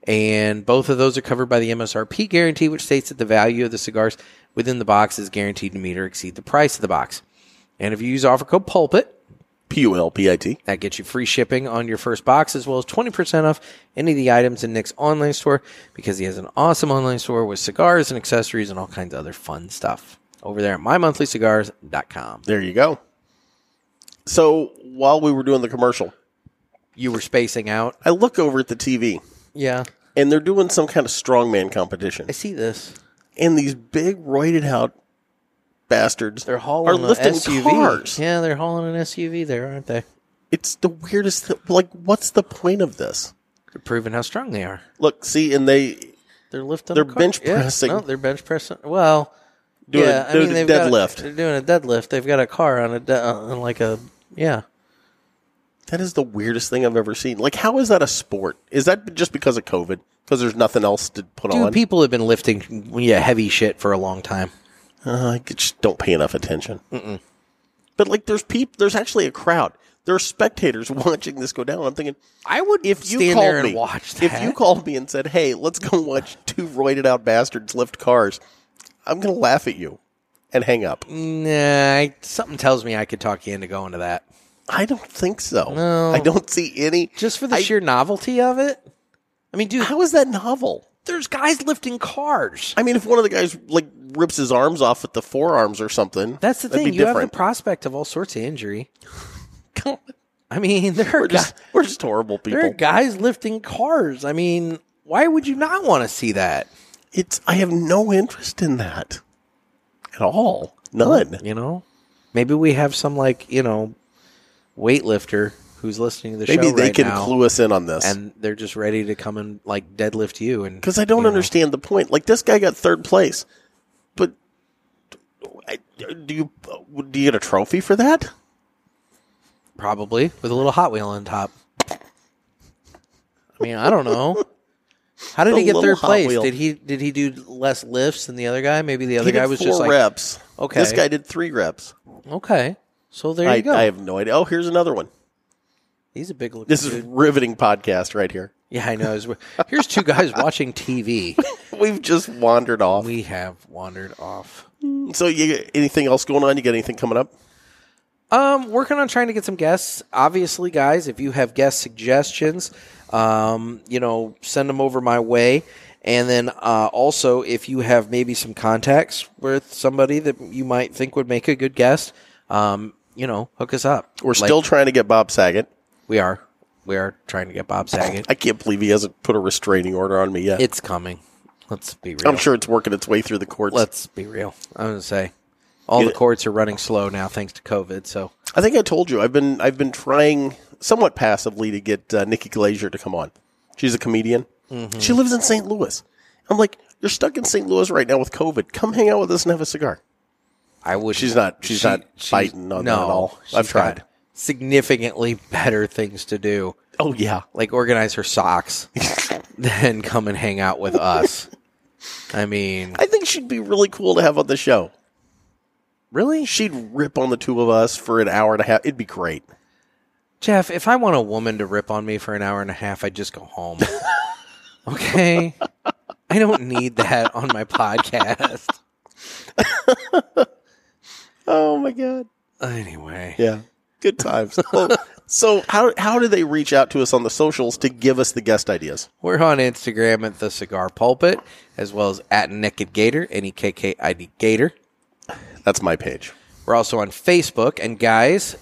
B: And both of those are covered by the MSRP guarantee, which states that the value of the cigars within the box is guaranteed to meet or exceed the price of the box. And if you use offer code PULPIT,
A: P U L P I T.
B: that gets you free shipping on your first box as well as 20% off any of the items in Nick's online store because he has an awesome online store with cigars and accessories and all kinds of other fun stuff over there at mymonthlycigars.com.
A: There you go. So while we were doing the commercial,
B: You were spacing out.
A: I look over at the TV
B: Yeah.
A: and they're doing some kind of strongman competition.
B: I see this.
A: And these big roided out bastards
B: They're hauling
A: are
B: an
A: lifting
B: SUV.
A: cars.
B: Yeah, they're hauling an SUV there, aren't they?
A: It's the weirdest thing. Like, what's the point of this?
B: They're proving how strong they are.
A: Look, see, and they
B: They're lifting.
A: They're
B: a
A: bench
B: Yeah,
A: pressing.
B: No, they're bench pressing. Well,
A: Doing a-
B: yeah, I
A: doing
B: mean,
A: a
B: they've got
A: deadlift.
B: they're doing a deadlift. They've got a car on a de- on like a yeah.
A: That is the weirdest thing I've ever seen. Like, how is that a sport? Is that just because of COVID? Because there's nothing else to put
B: Dude,
A: on.
B: people have been lifting yeah heavy shit for a long time.
A: Uh, I just don't pay enough attention. But like, there's people. There's actually a crowd. There are spectators watching this go down. I'm thinking,
B: I would
A: if you
B: stand
A: called
B: there and
A: me,
B: watch that.
A: if you called me and said, "Hey, let's go watch two roided out bastards lift cars," I'm gonna laugh at you and hang up.
B: Mm. nah, I, something tells me I could talk you into going to that
A: I don't think so.
B: No.
A: I don't see any.
B: just for the
A: I-
B: sheer novelty of it. I mean, dude,
A: How is that novel?
B: there's guys lifting cars.
A: I mean, if one of the guys like rips his arms off at the forearms or something,
B: That's the
A: that'd
B: thing.
A: Be
B: You have the
A: different.
B: prospect of all sorts of injury. I mean, there are
A: we're just
B: guys,
A: we're just horrible
B: there are
A: people.
B: guys lifting cars. I mean, why would you not want to see that?
A: It's I have no interest in that at all. None.
B: You know, maybe we have some like you know weightlifter who's listening to the
A: Maybe
B: show
A: they
B: right
A: can
B: now,
A: clue us in on this.
B: and they're just ready to come and like deadlift you. And
A: because I don't
B: you know.
A: understand the point. Like this guy got third place, but I- do you do you get a trophy for that?
B: probably with a little Hot Wheel on top. I mean, I don't know. How did
A: The
B: he get
A: little
B: third
A: Hot
B: place?
A: Wheel.
B: Did he did he do less lifts than the other guy? Maybe the other
A: he did
B: guy was
A: four
B: just like
A: reps.
B: okay.
A: this guy did three reps.
B: Okay. So there
A: I,
B: you go.
A: I have no idea. Oh, here's another one.
B: He's a big looking
A: This is
B: dude.
A: riveting podcast right here.
B: Yeah, I know. It's- Here's two guys watching TV.
A: We've just wandered off.
B: We have wandered off.
A: So, you anything else going on? You got anything coming up?
B: Um, working on trying to get some guests. Obviously, guys, if you have guest suggestions, um, you know, send them over my way. And then uh, also, if you have maybe some contacts with somebody that you might think would make a good guest, um, you know, hook us up.
A: We're
B: Like,
A: still trying to get Bob Saget.
B: we are we are trying to get Bob Saget.
A: I can't believe he hasn't put a restraining order on me yet.
B: It's coming. Let's be real.
A: I'm sure it's working its way through the courts.
B: Let's be real. I'm gonna say all the
A: Yeah.
B: courts are running slow now thanks to COVID. So
A: I think I told you I've been I've been trying somewhat passively to get uh, Nikki Glazier to come on. She's a comedian. She lives in St. Louis. I'm like, you're stuck in St. Louis right now with COVID. Come hang out with us and have a cigar.
B: I would.
A: She's not- she's not biting on that at all. I've
B: she's
A: tried.
B: got significantly better things to do,
A: Oh yeah,
B: like organize her socks, than come and hang out with us. I mean,
A: I think she'd be really cool to have on the show.
B: really,
A: She'd rip on the two of us for an hour and a half. It'd be great.
B: Jeff? If I want a woman to rip on me for an hour and a half, I just go home. okay, I don't need that on my podcast.
A: Oh my god.
B: Anyway,
A: Yeah. Good times. well, so how how do they reach out to us on the socials to give us the guest ideas?
B: We're on Instagram at the Cigar Pulpit, as well as at Naked Gator, N E K K I D Gator.
A: That's my page.
B: We're also on Facebook, and guys,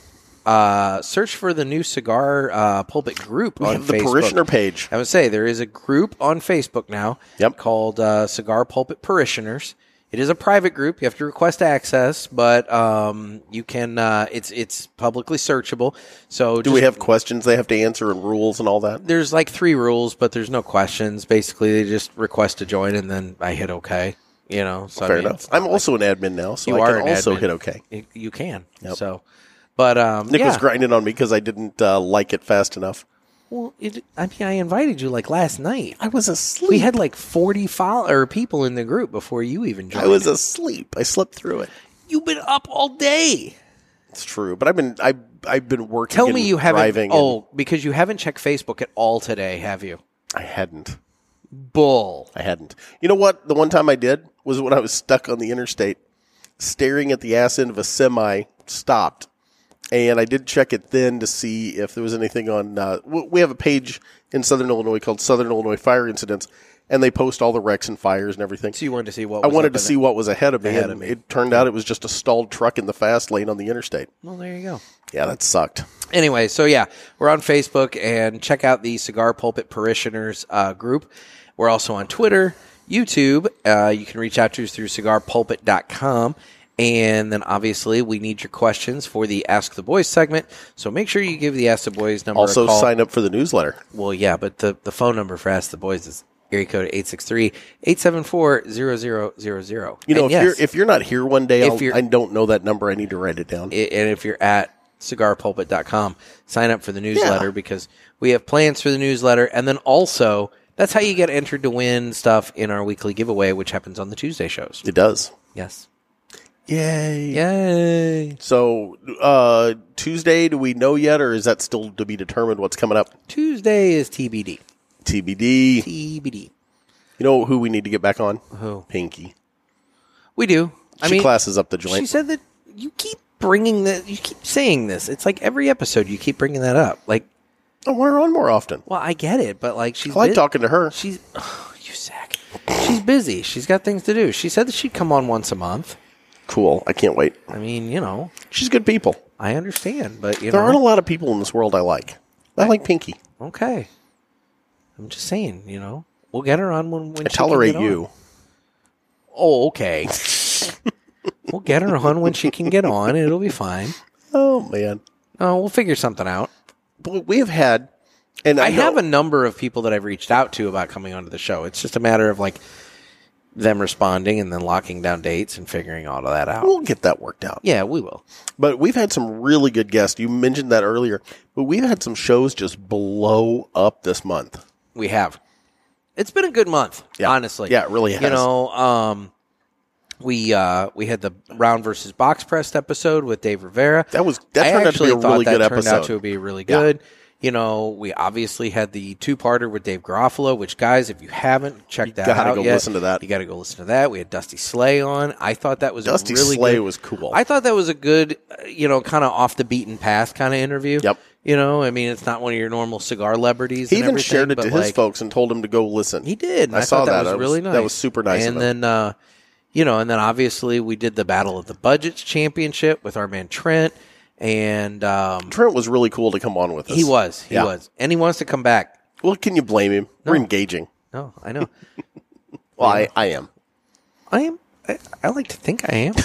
B: uh, search for the new Cigar uh, Pulpit group on
A: have the
B: Facebook.
A: parishioner page.
B: I would say there is a group on Facebook now.
A: Yep.
B: Called uh, Cigar Pulpit Parishioners. It is a private group. You have to request access, but um, you can. Uh, it's it's publicly searchable. So
A: Do we have questions they have to answer and rules and all that?
B: there's like three rules, but there's no questions. Basically, they just request to join, and then I hit OK. You know, so I
A: Fair
B: mean,
A: enough. I'm also an admin now, so
B: You
A: I
B: are
A: can
B: an
A: also
B: admin.
A: hit OK.
B: it- you can. So, but um,
A: Nick was
B: yeah.
A: grinding on me because I didn't uh, like it fast enough.
B: Well, it, I mean, I invited you like last night.
A: I was asleep.
B: We had like forty fol- or people in the group before you even joined.
A: I was asleep. I slept through it.
B: You've been up all day.
A: It's true, but I've been I I've been working.
B: Tell
A: and
B: me you haven't.
A: driving and-
B: oh, because you haven't checked Facebook at all today, have you?
A: I hadn't.
B: Bull.
A: I hadn't. You know what? The one time I did was when I was stuck on the interstate, staring at the ass end of a semi stopped, and I did check it then to see if there was anything on. Uh, w- we have a page in Southern Illinois called Southern Illinois Fire Incidents, and they post all the wrecks and fires and everything.
B: So you wanted to see what
A: I
B: was
A: wanted
B: up
A: to
B: in
A: see
B: it.
A: what was ahead of me,
B: Ahead
A: and
B: of me.
A: it turned out it was just a stalled truck in the fast lane on the interstate.
B: Well, there you go.
A: Yeah, that sucked.
B: Anyway, so yeah, we're on Facebook and check out the Cigar Pulpit Parishioners uh, group. We're also on Twitter, YouTube. Uh, you can reach out to us through cigarpulpit.com. And then obviously, we need your questions for the Ask the Boys segment. So make sure you give the Ask the Boys number
A: Also,
B: a call.
A: sign up for the newsletter.
B: Well, yeah, but the, the phone number for Ask the Boys is area code 863 874 0000.
A: You know, if you're if you're not here one day,
B: If
A: I'll,
B: you're-
A: I don't know that number. I need to write it down.
B: i- and if you're at cigarpulpit.com, sign up for the newsletter because we have plans for the newsletter. And then also, that's how you get entered to win stuff in our weekly giveaway, which happens on the Tuesday shows.
A: it does.
B: Yes.
A: Yay!
B: Yay.
A: So uh, Tuesday, do we know yet, or is that still to be determined? What's coming up?
B: Tuesday is TBD.
A: TBD.
B: TBD.
A: You know who we need to get back on?
B: Who?
A: Pinky.
B: We do. I
A: she
B: mean,
A: classes up the
B: she
A: joint.
B: said that you keep bringing that, you keep saying this. It's like every episode you keep bringing that up. Like,
A: oh, we're on more often.
B: well, I get it, but like she's
A: I like
B: been-
A: talking to her.
B: She's you sack. She's busy. She's got things to do. She said that she'd come on once a month.
A: Cool. I can't wait.
B: I mean, you know,
A: She's good people.
B: I understand, but you
A: There aren't a
B: know,
A: lot of people in this world I like. I like Pinky.
B: okay. I'm just saying, you know, we'll get her on when when
A: I
B: she can
A: tolerate
B: get
A: you.
B: On. Oh, okay. we'll get her on when she can get on. It'll be fine.
A: Oh man,
B: Oh, we'll figure something out.
A: but we have had, and I,
B: I
A: know-
B: have a number of people that I've reached out to about coming onto the show. It's just a matter of like them responding and then locking down dates and figuring all of that out.
A: We'll get that worked out.
B: Yeah, we will.
A: But we've had some really good guests. You mentioned that earlier. But we've had some shows just blow up this month.
B: we have. It's been a good month,
A: Yeah.
B: honestly.
A: Yeah, it really
B: You
A: has.
B: know, um, we uh, we had the round versus box pressed episode with Dave Rivera.
A: That was- that
B: I
A: turned out to be
B: actually
A: a
B: thought
A: really
B: that
A: good
B: turned out
A: episode.
B: to be really
A: Yeah.
B: good. You know, we obviously had the two parter with Dave Garofalo, which guys, if you haven't checked that
A: gotta
B: out
A: go
B: yet,
A: listen to that.
B: You got to go listen to that. We had Dusty Slay on. I thought that was a
A: Dusty
B: really
A: Slay
B: good-
A: was cool.
B: I thought that was a good, uh, you know, kind of off the beaten path kind of interview.
A: Yep.
B: You know, I mean, it's not one of your normal cigar celebrities.
A: He
B: and
A: even
B: everything,
A: shared it
B: but,
A: to his
B: like,
A: folks and told him to go listen.
B: he did. and
A: I, saw
B: thought
A: that.
B: That was
A: I
B: really nice.
A: That was super nice.
B: And
A: of him.
B: then, uh, you know, and then obviously we did the Battle of the Budgets Championship with our man Trent, and um,
A: Trent was really cool to come on with us.
B: he was, he
A: Yeah.
B: was, and he wants to come back.
A: Well, can you blame him? We're engaging.
B: No, I know.
A: Well, I, I am.
B: I am. I, I like to think I am.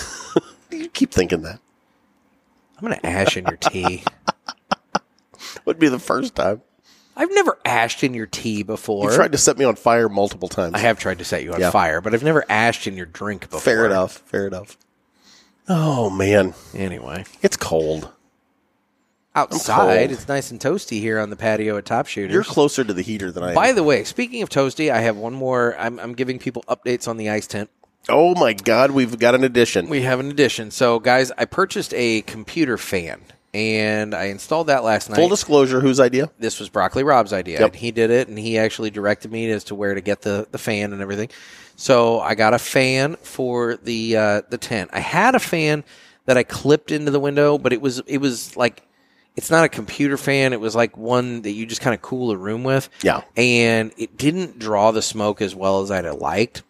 B: I'm
A: You keep thinking that.
B: going to ash in your tea.
A: Would be the first time.
B: I've never ashed in your tea
A: You
B: before.
A: tried to set me on fire multiple times.
B: I have tried to set you on
A: Yeah.
B: fire, but I've never ashed in your drink before.
A: Fair enough. Fair enough. Oh man,
B: Anyway,
A: it's cold.
B: outside
A: cold.
B: it's nice and toasty here on the patio at Top Shooters.
A: You're closer to the heater than I am.
B: By the way, speaking of Toasty, I have one more. I'm, I'm giving people updates on the ice tent.
A: oh my God, we've got an addition.
B: We have an addition. So, guys, I purchased a computer fan and I installed that last night.
A: Full disclosure, whose idea?
B: this was Broccoli Rob's idea.
A: Yep.
B: And he did it and he actually directed me as to where to get the, the fan and everything. So, I got a fan for the uh, the tent. I had a fan that I clipped into the window, but it was it was like it's not a computer fan. It was like one that you just kind of cool a room with
A: Yeah.
B: and it didn't draw the smoke as well as I'd have liked.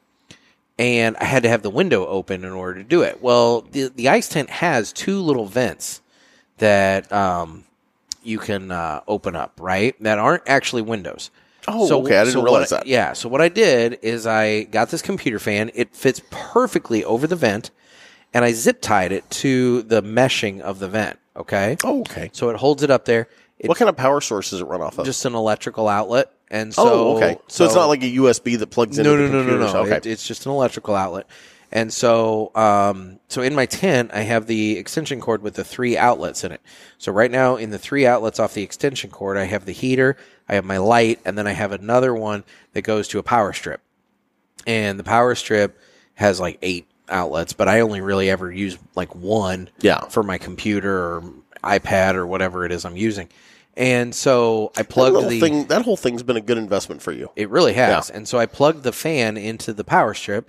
B: And I had to have the window open in order to do it. Well, the the ice tent has two little vents that um, you can uh, open up, right? That aren't actually windows.
A: Oh, okay. I didn't
B: what
A: realize
B: I-
A: that.
B: Yeah. So what I did is I got this computer fan. It fits perfectly over the vent, and I zip tied it to the meshing of the vent. Okay.
A: Oh, okay.
B: So it holds it up there. It
A: What kind of power source does it run off of?
B: just an electrical outlet, and so
A: oh, okay. So, it's not like a USB that plugs into
B: no,
A: the
B: no, no,
A: computer.
B: no, no,
A: Okay.
B: It- it's just an electrical outlet, and so um, so in my tent I have the extension cord with the three outlets in it. So right now in the three outlets off the extension cord, I have the heater, I have my light, and then I have another one that goes to a power strip. And the power strip has like eight outlets, but I only really ever use like one
A: Yeah.
B: for my computer or iPad or whatever it is I'm using. And so I plugged
A: that, little
B: the
A: thing, that whole thing's been a good investment for you.
B: It really has.
A: Yeah.
B: And so I plugged the fan into the power strip.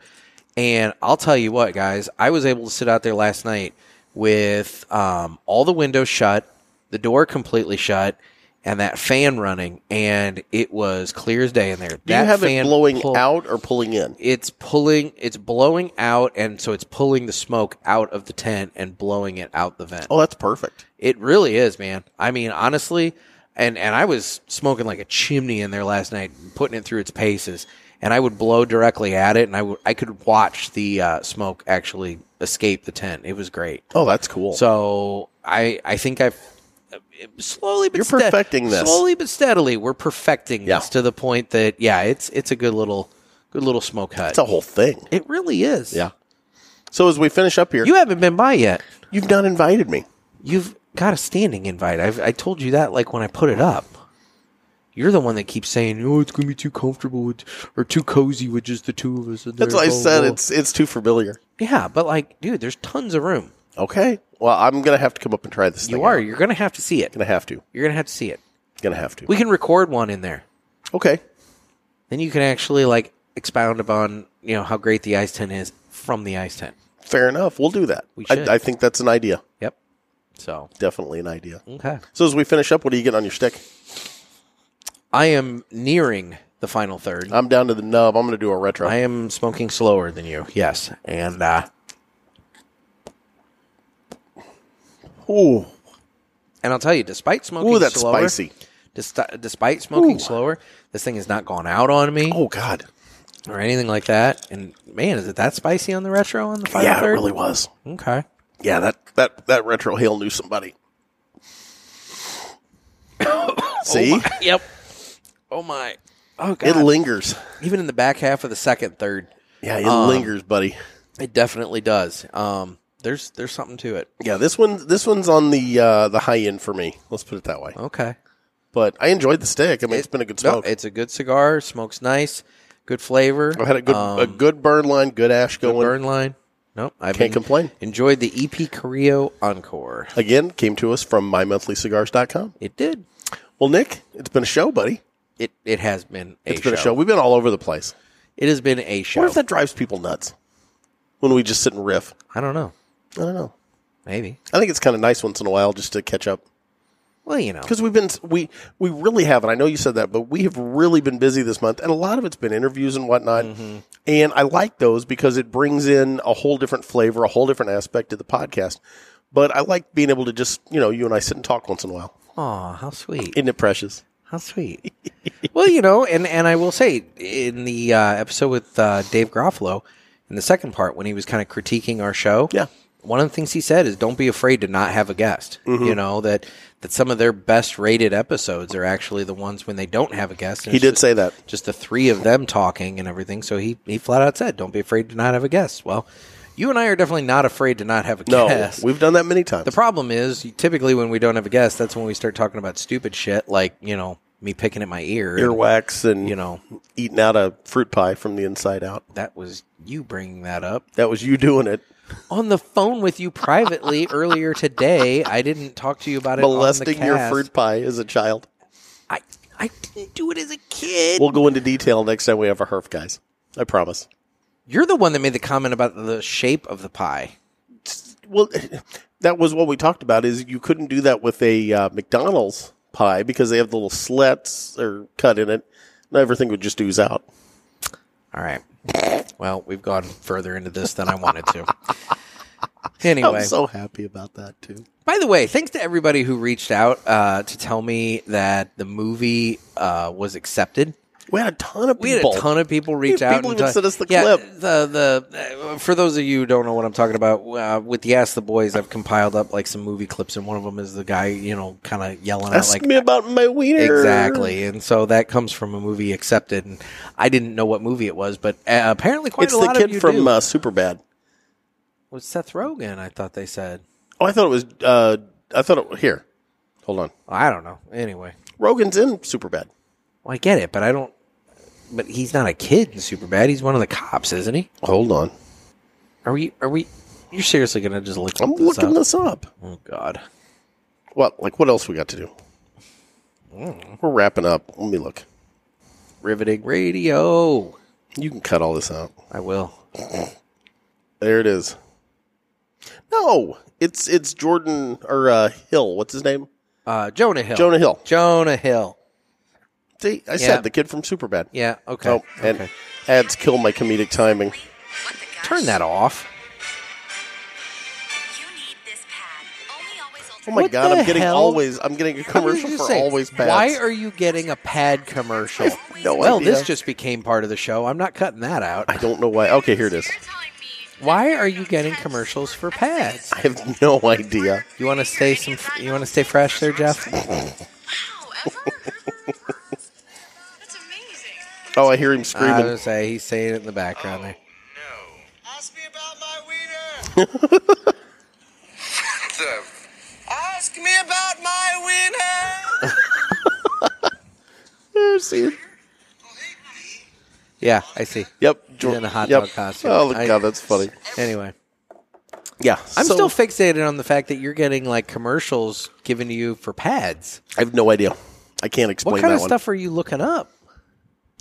B: And I'll tell you what, guys, I was able to sit out there last night with um, all the windows shut, the door completely shut, and that fan running. And it was clear as day in there. Do
A: Do you have it blowing out or pulling in?
B: It's pulling, it's blowing out. And so it's pulling the smoke out of the tent and blowing it out the vent.
A: Oh, that's perfect.
B: It really is, man. I mean, honestly, and and I was smoking like a chimney in there last night, putting it through its paces, and I would blow directly at it, and I would I could watch the uh, smoke actually escape the tent. It was great.
A: Oh, that's cool.
B: So I I think I've slowly but
A: You're
B: stead-
A: perfecting this.
B: Slowly but steadily, we're perfecting
A: Yeah.
B: this to the point that yeah, it's it's a good little good little smoke hut.
A: it's a whole thing.
B: it really is.
A: Yeah. So as we finish up here,
B: You haven't been by yet.
A: you've not invited me.
B: You've got a standing invite. I've, I told you that like when I put it up. You're the one that keeps saying, "Oh, it's gonna be too comfortable with, or too cozy with just the two of us." in
A: That's
B: there,
A: what I
B: blah,
A: said.
B: blah."
A: It's it's too familiar.
B: yeah, but like, dude, there's tons of room.
A: Okay. Well, I'm gonna have to come up and try this.
B: You
A: thing
B: are.
A: out.
B: You're gonna have to see it.
A: gonna have to.
B: You're gonna have to see it.
A: Gonna have to.
B: We can record one in there.
A: okay.
B: Then you can actually like expound upon you know how great the ice tent is from the ice tent.
A: Fair enough. We'll do that.
B: We should.
A: I, I think that's an idea.
B: Yep. So
A: Definitely an idea.
B: okay,
A: So as we finish up, what do you get on your stick?
B: I am nearing the final third.
A: I'm down to the nub. I'm gonna do a retro.
B: I am smoking slower than you. Yes, and uh,
A: Ooh,
B: And I'll tell you, despite smoking
A: ooh, that's
B: slower,
A: spicy.
B: dis- despite smoking
A: Ooh.
B: slower, this thing has not gone out on me
A: Oh God.
B: or anything like that. And man, is it that spicy on the retro on the final
A: Yeah, it
B: third?
A: really was.
B: Okay.
A: Yeah, that that that retro hill knew somebody. See,
B: Yep. Oh my. Oh god.
A: it lingers.
B: Even in the back half of the second third,
A: Yeah, it
B: Um,
A: lingers, buddy.
B: it definitely does. Um, there's there's something to it.
A: Yeah, this one this one's on the uh, the high end for me. Let's put it that way.
B: Okay.
A: But I enjoyed the stick. I mean, it's
B: It-
A: been a good
B: no,
A: smoke.
B: it's a good cigar. Smokes nice. Good flavor.
A: I've had a good
B: Um,
A: a good burn line, good ash
B: good
A: going.
B: burn line. Nope. I
A: Can't complain.
B: Enjoyed the EP Carrillo Encore.
A: Again, came to us from mymonthlycigars.com.
B: It did.
A: Well, Nick, it's been a show, buddy.
B: It it has been a
A: It's
B: show.
A: been a show. We've been all over the place.
B: It has been a show.
A: What if that drives people nuts when we just sit and riff?
B: I don't know.
A: I don't know.
B: Maybe.
A: I think it's kind of nice once in a while just to catch up
B: Well, you know.
A: because we've been we we really haven't. I know you said that, but we have really been busy this month, and a lot of it's been interviews and whatnot.
B: Mm-hmm.
A: And I like those because it brings in a whole different flavor, a whole different aspect to the podcast. But I like being able to just you know you and I sit and talk once in a while.
B: Aw, how sweet.
A: Isn't it precious?
B: How sweet. well, you know, and and I will say in the uh, episode with uh, Dave Groffalo, in the second part when he was kind of critiquing our show,
A: Yeah.
B: One of the things he said is don't be afraid to not have a guest.
A: Mm-hmm.
B: You know that that some of their best rated episodes are actually the ones when they don't have a guest. and
A: He
B: it's
A: did
B: just-
A: say that.
B: just the three of them talking and everything. So he, he flat out said, "Don't be afraid to not have a guest." Well, you and I are definitely not afraid to not have a
A: No,
B: guest.
A: we've done that many times.
B: the problem is typically when we don't have a guest, that's when we start talking about stupid shit like you know me picking at my ear. and,
A: Earwax and
B: you know
A: eating out a fruit pie from the inside out.
B: that was you bringing that up
A: That was you doing it.
B: on the phone with you privately earlier today. I didn't talk to you about it. on the
A: molesting your
B: cast.
A: fruit pie as a child.
B: I I didn't do it as a kid.
A: We'll go into detail next time we have a herf, guys. I promise.
B: You're the one that made the comment about the shape of the pie.
A: Well, that was what we talked about. Is you couldn't do that with a uh, McDonald's pie because they have the little slits or cut in it, and everything would just ooze out.
B: All right. Well, we've gone further into this than I wanted to. Anyway,
A: I'm so happy about that too.
B: by the way, thanks to everybody who reached out uh, to tell me that the movie uh, was accepted.
A: We had a ton of people.
B: We had a ton of people reach
A: People
B: out.
A: even
B: and tell-
A: sent us the
B: yeah,
A: clip.
B: The the uh, for those of you who don't know what I'm talking about, uh, with the Ask the Boys, I've compiled up like some movie clips, and one of them is the guy you know kind of yelling out
A: Ask
B: like
A: me about my wiener.
B: Exactly, and so that comes from a movie accepted, and I didn't know what movie it was, but uh, apparently quite
A: It's
B: a
A: the
B: lot of you
A: kid
B: do.
A: from uh, Superbad.
B: was Seth Rogen. I thought they said.
A: Oh, I thought it was. Uh, I thought it here. Hold on.
B: I don't know. Anyway,
A: Rogan's in Superbad.
B: well, I get it, but I don't. But he's not a kid in Superbad. He's one of the cops, isn't he?
A: Hold on.
B: Are we? Are we? You're seriously gonna just look?
A: I'm
B: this
A: looking
B: up?
A: this up.
B: Oh God.
A: What? Like what else we got to do? We're wrapping up. Let me look.
B: Riveting radio.
A: You can cut all this out.
B: I will.
A: There it is. No, it's it's Jordan or uh, Hill. What's his name?
B: Uh, Jonah Hill.
A: Jonah Hill.
B: Jonah Hill.
A: See, I
B: Yeah.
A: said the kid from Superbad.
B: Yeah. Okay.
A: Oh, and
B: okay.
A: ads kill my comedic timing.
E: What the gosh?
B: Turn that off.
E: You need this pad. Only always
A: Oh my
B: What
A: god,
B: the
A: I'm getting
B: hell?
A: always. I'm getting a
B: I was
A: commercial
B: just
A: for
B: saying,
A: always pads.
B: Why are you getting a pad commercial?
A: no
B: well,
A: idea.
B: this just became part of the show. I'm not cutting that out.
A: I don't know why. Okay, here it is.
B: Why are you getting commercials for pads?
A: I have no idea.
B: You want to stay some? You want to stay fresh there, Jeff?
E: Wow, ever? That's amazing.
A: Oh, I hear him
B: I was
A: screaming.
B: gonna say he's saying it in the background there.
F: Oh, Ask me about my wiener. Ask me about my wiener.
A: Yeah, I see it.
B: Yeah, I see.
A: Yep,
B: He's
A: Jor-
B: in a hot
A: yep.
B: dog costume.
A: Oh my
B: I-
A: god, that's funny.
B: Anyway,
A: Yeah,
B: I'm
A: so-
B: still fixated on the fact that you're getting like commercials given to you for pads.
A: I have no idea. I can't explain
B: What kind
A: that
B: of
A: one.
B: stuff are you looking up?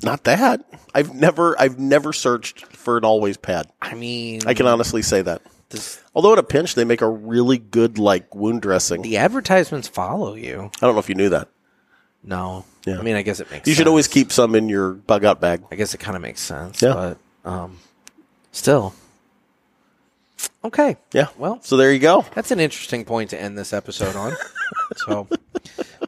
A: Not that. I've never. I've never searched for an always pad.
B: I mean,
A: I can honestly say that.
B: does
A: Although at a pinch, they make a really good like wound dressing.
B: the advertisements follow you?
A: I don't know if you knew that.
B: No.
A: Yeah.
B: I mean, I guess it makes.
A: You should
B: sense.
A: always keep some in your bug out bag.
B: I guess it kind of makes sense.
A: Yeah.
B: But um, still. Okay.
A: Yeah.
B: Well,
A: so there you go.
B: that's an interesting point to end this episode on. so,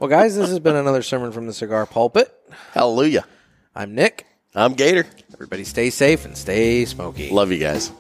B: well, guys, this has been another sermon from the cigar pulpit.
A: Hallelujah.
B: I'm Nick.
A: I'm Gator.
B: Everybody stay safe and stay smoky.
A: Love you guys.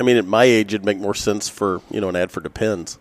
A: I mean, at my age, it'd make more sense for you know an ad for Depends.